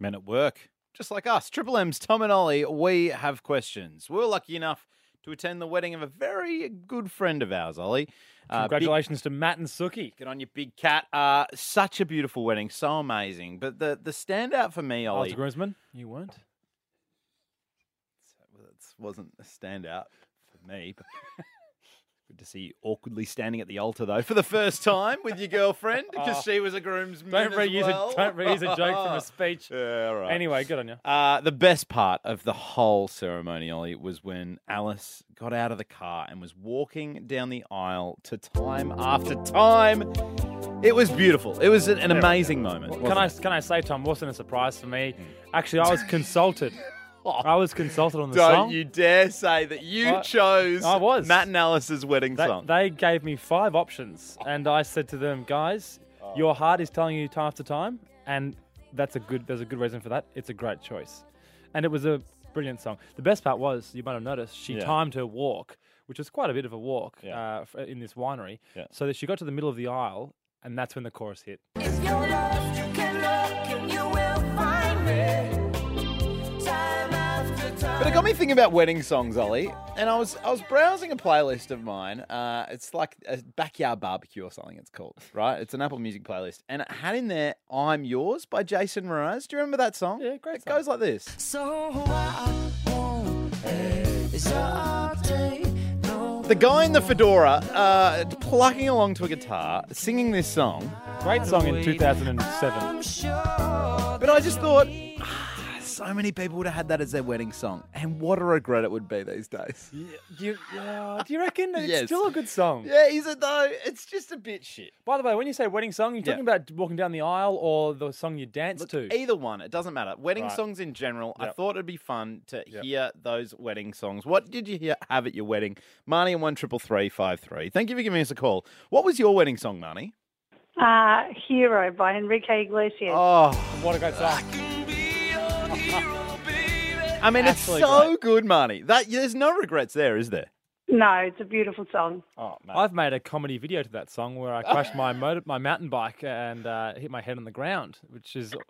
Speaker 6: Men at work. Just like us, Triple M's Tom and Ollie, we have questions. We were lucky enough to attend the wedding of a very good friend of ours, Ollie. Uh, big-
Speaker 5: Congratulations to Matt and Suki.
Speaker 6: Get on your big cat. Uh, such a beautiful wedding, so amazing. But the the standout for me,
Speaker 5: I was
Speaker 6: Ollie,
Speaker 5: Oh, a groomsman. You weren't.
Speaker 6: this wasn't a standout for me. But [laughs] good to see you awkwardly standing at the altar though for the first time
Speaker 5: [laughs]
Speaker 6: with your girlfriend because she was a groomsman.
Speaker 5: Oh. Don't
Speaker 6: as
Speaker 5: reuse
Speaker 6: well.
Speaker 5: a don't reuse a joke
Speaker 6: [laughs]
Speaker 5: from a speech.
Speaker 6: Yeah, all right.
Speaker 5: Anyway, good on you.
Speaker 6: Uh, the best part of the whole ceremony, Ollie, was when Alice got out of the car and was walking down the aisle to time after time. It was beautiful. It was an, an
Speaker 5: Yeah,
Speaker 6: amazing moment.
Speaker 5: Can
Speaker 6: wasn't Hmm.
Speaker 5: I
Speaker 6: it?
Speaker 5: can I say, Tom, wasn't a surprise for me. Actually, I was
Speaker 6: [laughs]
Speaker 5: consulted. I was consulted on the
Speaker 6: Oh, Don't
Speaker 5: song.
Speaker 6: you dare say that you
Speaker 5: I-
Speaker 6: chose
Speaker 5: I was.
Speaker 6: Matt and Alice's wedding
Speaker 5: They,
Speaker 6: song.
Speaker 5: they gave me five options, and I said to them, guys,
Speaker 6: Oh.
Speaker 5: your heart is telling you time after time, and that's a good. There's a good reason for that. It's a great choice, and it was a brilliant song. The best part was, you might have noticed, she
Speaker 6: Yeah.
Speaker 5: timed her walk, which was quite a bit of a walk uh, f- in this winery, so that she got to the middle of the aisle, and that's when the chorus hit.
Speaker 6: But it got me thinking about wedding songs, Ollie. And I was I was browsing a playlist of mine. Uh, it's like a backyard barbecue or something. It's called right. It's an Apple Music playlist, and it had in there "I'm Yours" by Jason Mraz. Do you remember that song? Yeah, great. It goes like this.
Speaker 3: So
Speaker 10: Uh,
Speaker 3: I want is your day.
Speaker 6: The guy in the fedora uh, plucking along to a guitar, singing this song.
Speaker 5: Great song in 2007.
Speaker 6: But I just thought, ah, so many people would have had that as their wedding song, and what a regret it would be these days.
Speaker 5: You, yeah, do you reckon it's
Speaker 6: Yes.
Speaker 5: still a good song?
Speaker 6: Yeah, e is it though? It's just a bit shit.
Speaker 5: By the way, when you say wedding song, you're
Speaker 6: Yeah.
Speaker 5: talking about walking down the aisle or the song you dance to.
Speaker 6: Either one, it doesn't matter. Wedding
Speaker 5: Right.
Speaker 6: songs in general, I
Speaker 5: Yep.
Speaker 6: thought it'd be fun to hear those wedding songs. What did you hear, have at your wedding? Marnie and one triple three five three. Thank you for giving us a call. What was your wedding song, Marnie?
Speaker 10: Uh, Hero by Enrique Iglesias.
Speaker 6: Oh,
Speaker 5: what a great song!
Speaker 6: [laughs] I mean, it's
Speaker 10: Absolutely
Speaker 6: so good, Marnie. That there's no regrets there, is there?
Speaker 10: No, it's a beautiful song.
Speaker 5: Oh, I've made a comedy video to that song where I crashed
Speaker 6: [laughs]
Speaker 5: my motor, my mountain bike and uh, hit my head on the ground, which is so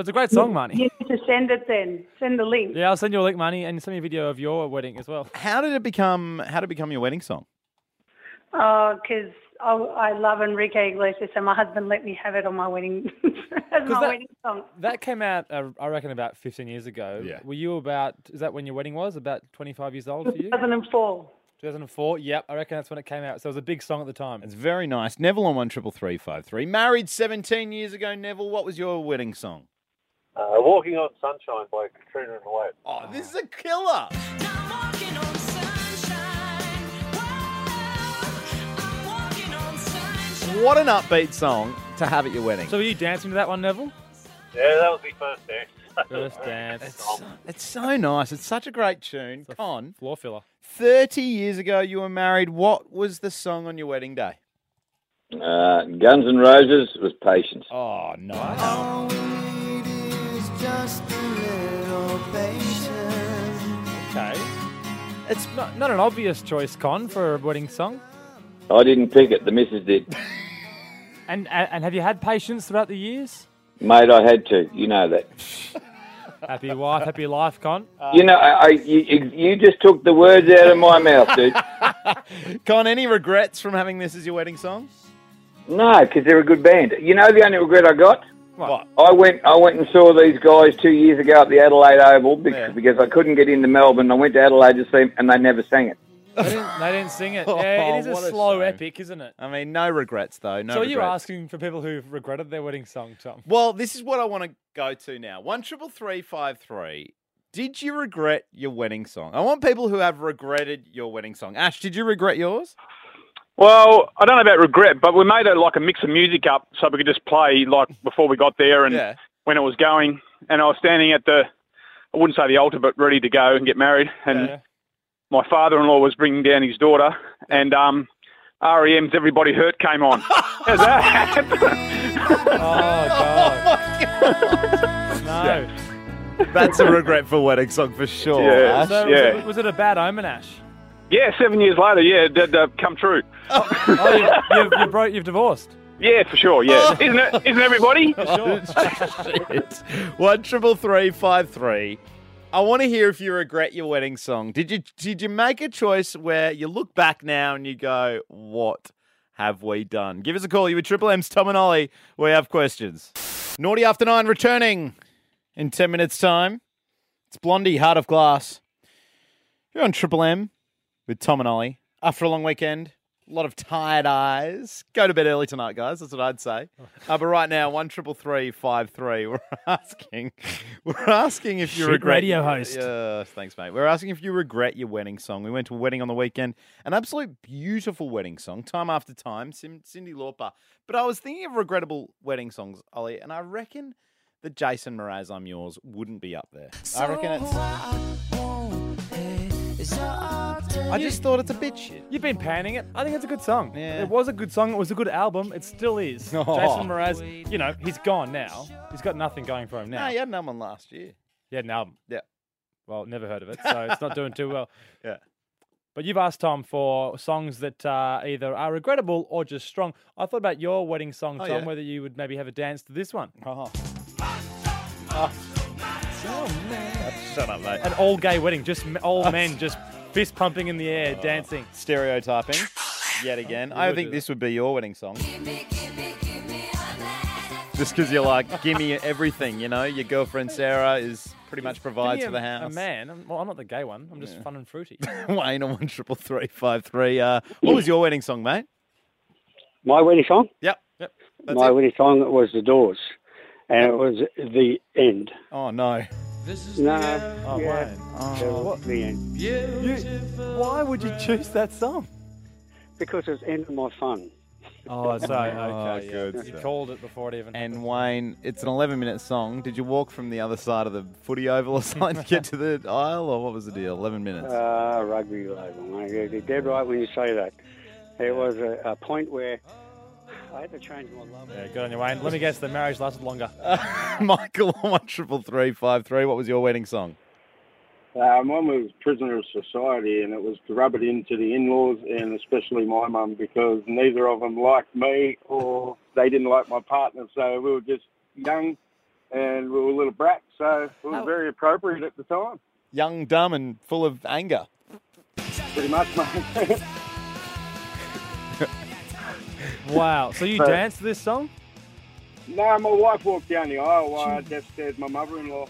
Speaker 5: it's a great song, Marnie.
Speaker 10: You need to send it then. Send the link.
Speaker 5: Yeah, I'll send you a link, Marnie, and send me a video of your wedding as well.
Speaker 6: How did it become? How did it become your wedding song?
Speaker 10: Oh, because I, I love Enrique Iglesias and my husband let me have it on my wedding, [laughs] as
Speaker 5: that-
Speaker 10: my wedding song.
Speaker 5: That came out, uh, I reckon, about 15 years ago. Yeah. Were you about? Is that when your wedding was? About 25 years old for you?
Speaker 10: 2004.
Speaker 5: 2004. Yep, I reckon that's when it came out. So it was a big song at the time.
Speaker 6: It's very nice. Neville on one triple three five three. Married seventeen years ago. Neville, what was your wedding song?
Speaker 11: Uh, Walking on Sunshine by Katrina and the Waves.
Speaker 6: Oh, this is a killer. What an upbeat song to have at your wedding.
Speaker 5: So were you dancing to that one, Neville?
Speaker 11: Yeah, that was my first dance.
Speaker 5: First
Speaker 11: [laughs]
Speaker 5: dance.
Speaker 6: It's, it's so nice. It's such a great tune. Con,
Speaker 5: floor filler.
Speaker 6: Thirty years ago, you were married. What was the song on your wedding day?
Speaker 24: Uh, Guns N' Roses was Patience.
Speaker 6: Oh, nice.
Speaker 5: Okay. It's not, not an obvious choice, Con, for a wedding song.
Speaker 24: I didn't pick it, the missus did.
Speaker 5: And and, and have you had patience throughout the years?
Speaker 24: Mate, I had to. You know that.
Speaker 5: [laughs] Happy wife, happy life, Con.
Speaker 25: Uh,
Speaker 24: you know, I, I you, you- you just took the words out of my mouth, dude.
Speaker 6: Con, any regrets from having this as your wedding song?
Speaker 24: No, because they're a good band. You know the only regret I got?
Speaker 6: What?
Speaker 24: I went I went and saw these guys two years ago at the Adelaide Oval because, because I couldn't get into Melbourne. I went to Adelaide to see them and they never sang it.
Speaker 5: They didn't, they didn't sing it. Yeah, it is
Speaker 6: [laughs] Oh,
Speaker 5: a
Speaker 6: what a
Speaker 5: slow
Speaker 6: shame.
Speaker 5: epic, isn't it?
Speaker 6: I mean, no regrets though. No.
Speaker 5: so are
Speaker 6: regrets.
Speaker 5: you asking for people who've regretted their wedding song, Tom?
Speaker 6: Well, this is what I want to go to now. One triple three five three. Did you regret your wedding song? I want people who have regretted your wedding song. Ash, did you regret yours?
Speaker 25: Well, I don't know about regret, but we made it like a mix of music up so we could just play like before we got there and when it was going. And I was standing at the, I wouldn't say the altar, but ready to go and get married. And my father-in-law was bringing down his daughter, and um, REM's "Everybody Hurt" came
Speaker 5: [laughs]
Speaker 25: on. How's that?
Speaker 5: Oh,
Speaker 6: [laughs] Oh
Speaker 5: No.
Speaker 25: [laughs]
Speaker 6: That's a regretful wedding song for sure.
Speaker 25: Yeah,
Speaker 6: Ash.
Speaker 5: So
Speaker 25: yeah.
Speaker 5: was, it, was it a bad omen, Ash?
Speaker 25: yeah, seven years later, yeah, it did uh, come true.
Speaker 5: Oh, you've, you've, you've, bro- you've divorced.
Speaker 25: Yeah, for sure. Yeah,
Speaker 5: [laughs]
Speaker 25: isn't it? Isn't everybody?
Speaker 6: [laughs] Shit. One triple three five three. I want to hear if you regret your wedding song. Did you did you make a choice where you look back now and you go, "What have we done?" Give us a call. You with Triple M's Tom and Ollie. We have questions. Naughty after nine returning in ten minutes time. It's Blondie, Heart of Glass. You're on Triple M with Tom and Ollie after a long weekend. A lot of tired eyes. Go to bed early tonight, guys. That's what
Speaker 5: [laughs]
Speaker 6: I'd say. Uh, but right now, one triple three five three. We're [laughs] asking. We're asking if you
Speaker 5: Shit
Speaker 6: regret
Speaker 5: radio host.
Speaker 6: Yeah, thanks, mate. We're asking if you regret your wedding song. We went to a wedding on the weekend. An absolute beautiful wedding song, time after time. Sim- Cindy Lauper. But I was thinking of regrettable wedding songs, Ollie, and I reckon the Jason Mraz "I'm Yours" wouldn't be up there. I reckon it's.
Speaker 5: I
Speaker 6: I just thought it's a bit shit.
Speaker 5: You've been panning it. I think it's a good song.
Speaker 6: Yeah.
Speaker 5: It was a good song. It was a good album. It still is.
Speaker 6: [laughs] Oh.
Speaker 5: Jason Mraz, you know, he's gone now. He's got nothing going for him now.
Speaker 6: No, you had an one last year.
Speaker 5: Yeah, an album.
Speaker 6: Yeah.
Speaker 5: Well, never heard of it, so it's not doing too well.
Speaker 6: Yeah.
Speaker 5: But you've asked Tom for songs that uh, either are regrettable or just strong. I thought about your wedding song,
Speaker 6: Oh,
Speaker 5: Tom,
Speaker 6: yeah.
Speaker 5: whether you would maybe have a dance to this one.
Speaker 6: Oh. Shut up, mate.
Speaker 5: An all gay wedding, just m- all men just fist pumping in the air,
Speaker 6: Uh,
Speaker 5: dancing.
Speaker 6: Oh. Stereotyping yet again.
Speaker 5: You
Speaker 6: I
Speaker 5: would
Speaker 6: think
Speaker 5: do
Speaker 6: this would be your wedding song. Just because you're like, give me everything, you know? Your girlfriend Sarah is pretty much provides
Speaker 5: Give
Speaker 6: for
Speaker 5: me
Speaker 6: the
Speaker 5: a-
Speaker 6: house.
Speaker 5: A man. I'm- Well, I'm not the gay one. I'm just fun and fruity.
Speaker 6: [laughs] Wayne on one triple three five three. Uh, what was your wedding song, mate?
Speaker 14: [laughs] My wedding song?
Speaker 6: Yep. Yep. That's
Speaker 14: My
Speaker 6: it.
Speaker 14: wedding song was The Doors, and it was The End.
Speaker 6: Oh no.
Speaker 14: No.
Speaker 5: Oh,
Speaker 14: yeah.
Speaker 5: Wayne.
Speaker 14: It was The End.
Speaker 5: You- why would you choose that song?
Speaker 14: Because it's ended my fun.
Speaker 5: Oh, so okay,
Speaker 6: [laughs] Oh,
Speaker 5: yeah.
Speaker 6: good
Speaker 5: You
Speaker 6: stuff.
Speaker 5: called it before it even.
Speaker 6: And Wayne, it's an 11 minute song. Did you walk from the other side of the footy oval or something to get to the aisle, or what was the deal? 11 minutes.
Speaker 14: Ah, rugby label, mate. You're you're dead right when you say that. There was a, a point where I had to change my love.
Speaker 5: Yeah, good on you, Wayne. Let me guess, the marriage lasted longer.
Speaker 6: [laughs] Michael on one triple three five three. What was your wedding song?
Speaker 15: Uh, mine was prisoner of society, and it was to rub it into the in-laws, and especially my mum, because neither of them liked me, or they didn't like my partner. So we were just young, and we were little brats. So it
Speaker 6: Oh.
Speaker 15: was very appropriate at the time,
Speaker 6: Young, dumb, and full of anger.
Speaker 15: pretty much, mate.
Speaker 5: Wow. So you
Speaker 15: So-
Speaker 5: danced to this song?
Speaker 15: no, my wife walked down the aisle while I just said my mother-in-law.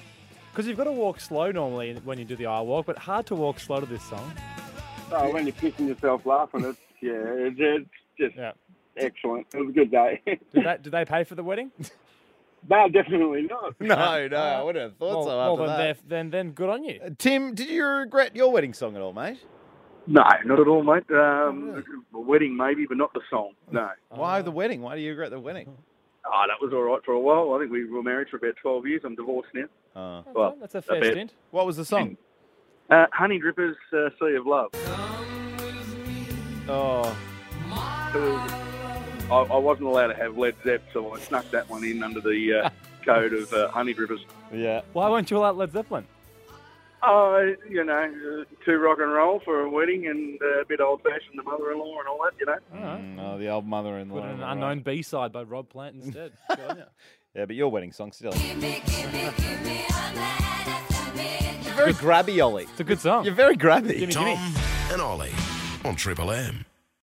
Speaker 5: Because you've got to walk slow normally when you do the aisle walk, but hard to walk slow to this song.
Speaker 15: Oh, when you're kicking yourself laughing, it's yeah, it's, it's just excellent. It was a good day. [laughs]
Speaker 5: Did, that, did they pay for the wedding?
Speaker 15: no, definitely not.
Speaker 6: [laughs] No, no, [laughs] I wouldn't have
Speaker 5: well,
Speaker 6: thought so.
Speaker 5: well,
Speaker 6: After
Speaker 5: then,
Speaker 6: that.
Speaker 5: they're- then, then good on you.
Speaker 6: Uh, Tim, did you regret your wedding song at all, mate?
Speaker 9: No, not at all, mate. Um, a wedding maybe, but not the song. No.
Speaker 6: Why the wedding? Why do you regret the wedding?
Speaker 9: Oh, that was all right for a while. I think we were married for about 12 years. I'm divorced now.
Speaker 6: Uh,
Speaker 9: Well,
Speaker 5: That's a
Speaker 9: fair
Speaker 5: fair
Speaker 9: bit.
Speaker 5: stint. What was the
Speaker 6: song?
Speaker 9: Uh, Honey Drippers, uh, Sea of Love.
Speaker 6: Oh.
Speaker 9: It was- I, I wasn't allowed to have Led Zepp, so I snuck that one in under the uh, code of uh, Honey Drippers.
Speaker 6: Yeah.
Speaker 5: Why weren't you all out Led Zeppelin?
Speaker 9: Oh, you know, uh, too rock and roll for a wedding and uh, a bit old-fashioned, the mother-in-law and all that, you know.
Speaker 6: Mm, oh, the old mother-in-law.
Speaker 5: Put in an
Speaker 6: right.
Speaker 5: unknown B side by Rob Plant instead. Good on ya.
Speaker 6: [laughs] Yeah, but your wedding song still. You're very grabby, Ollie. It's
Speaker 5: a good song.
Speaker 6: You're very grabby.
Speaker 13: Tom and Ollie on Triple M.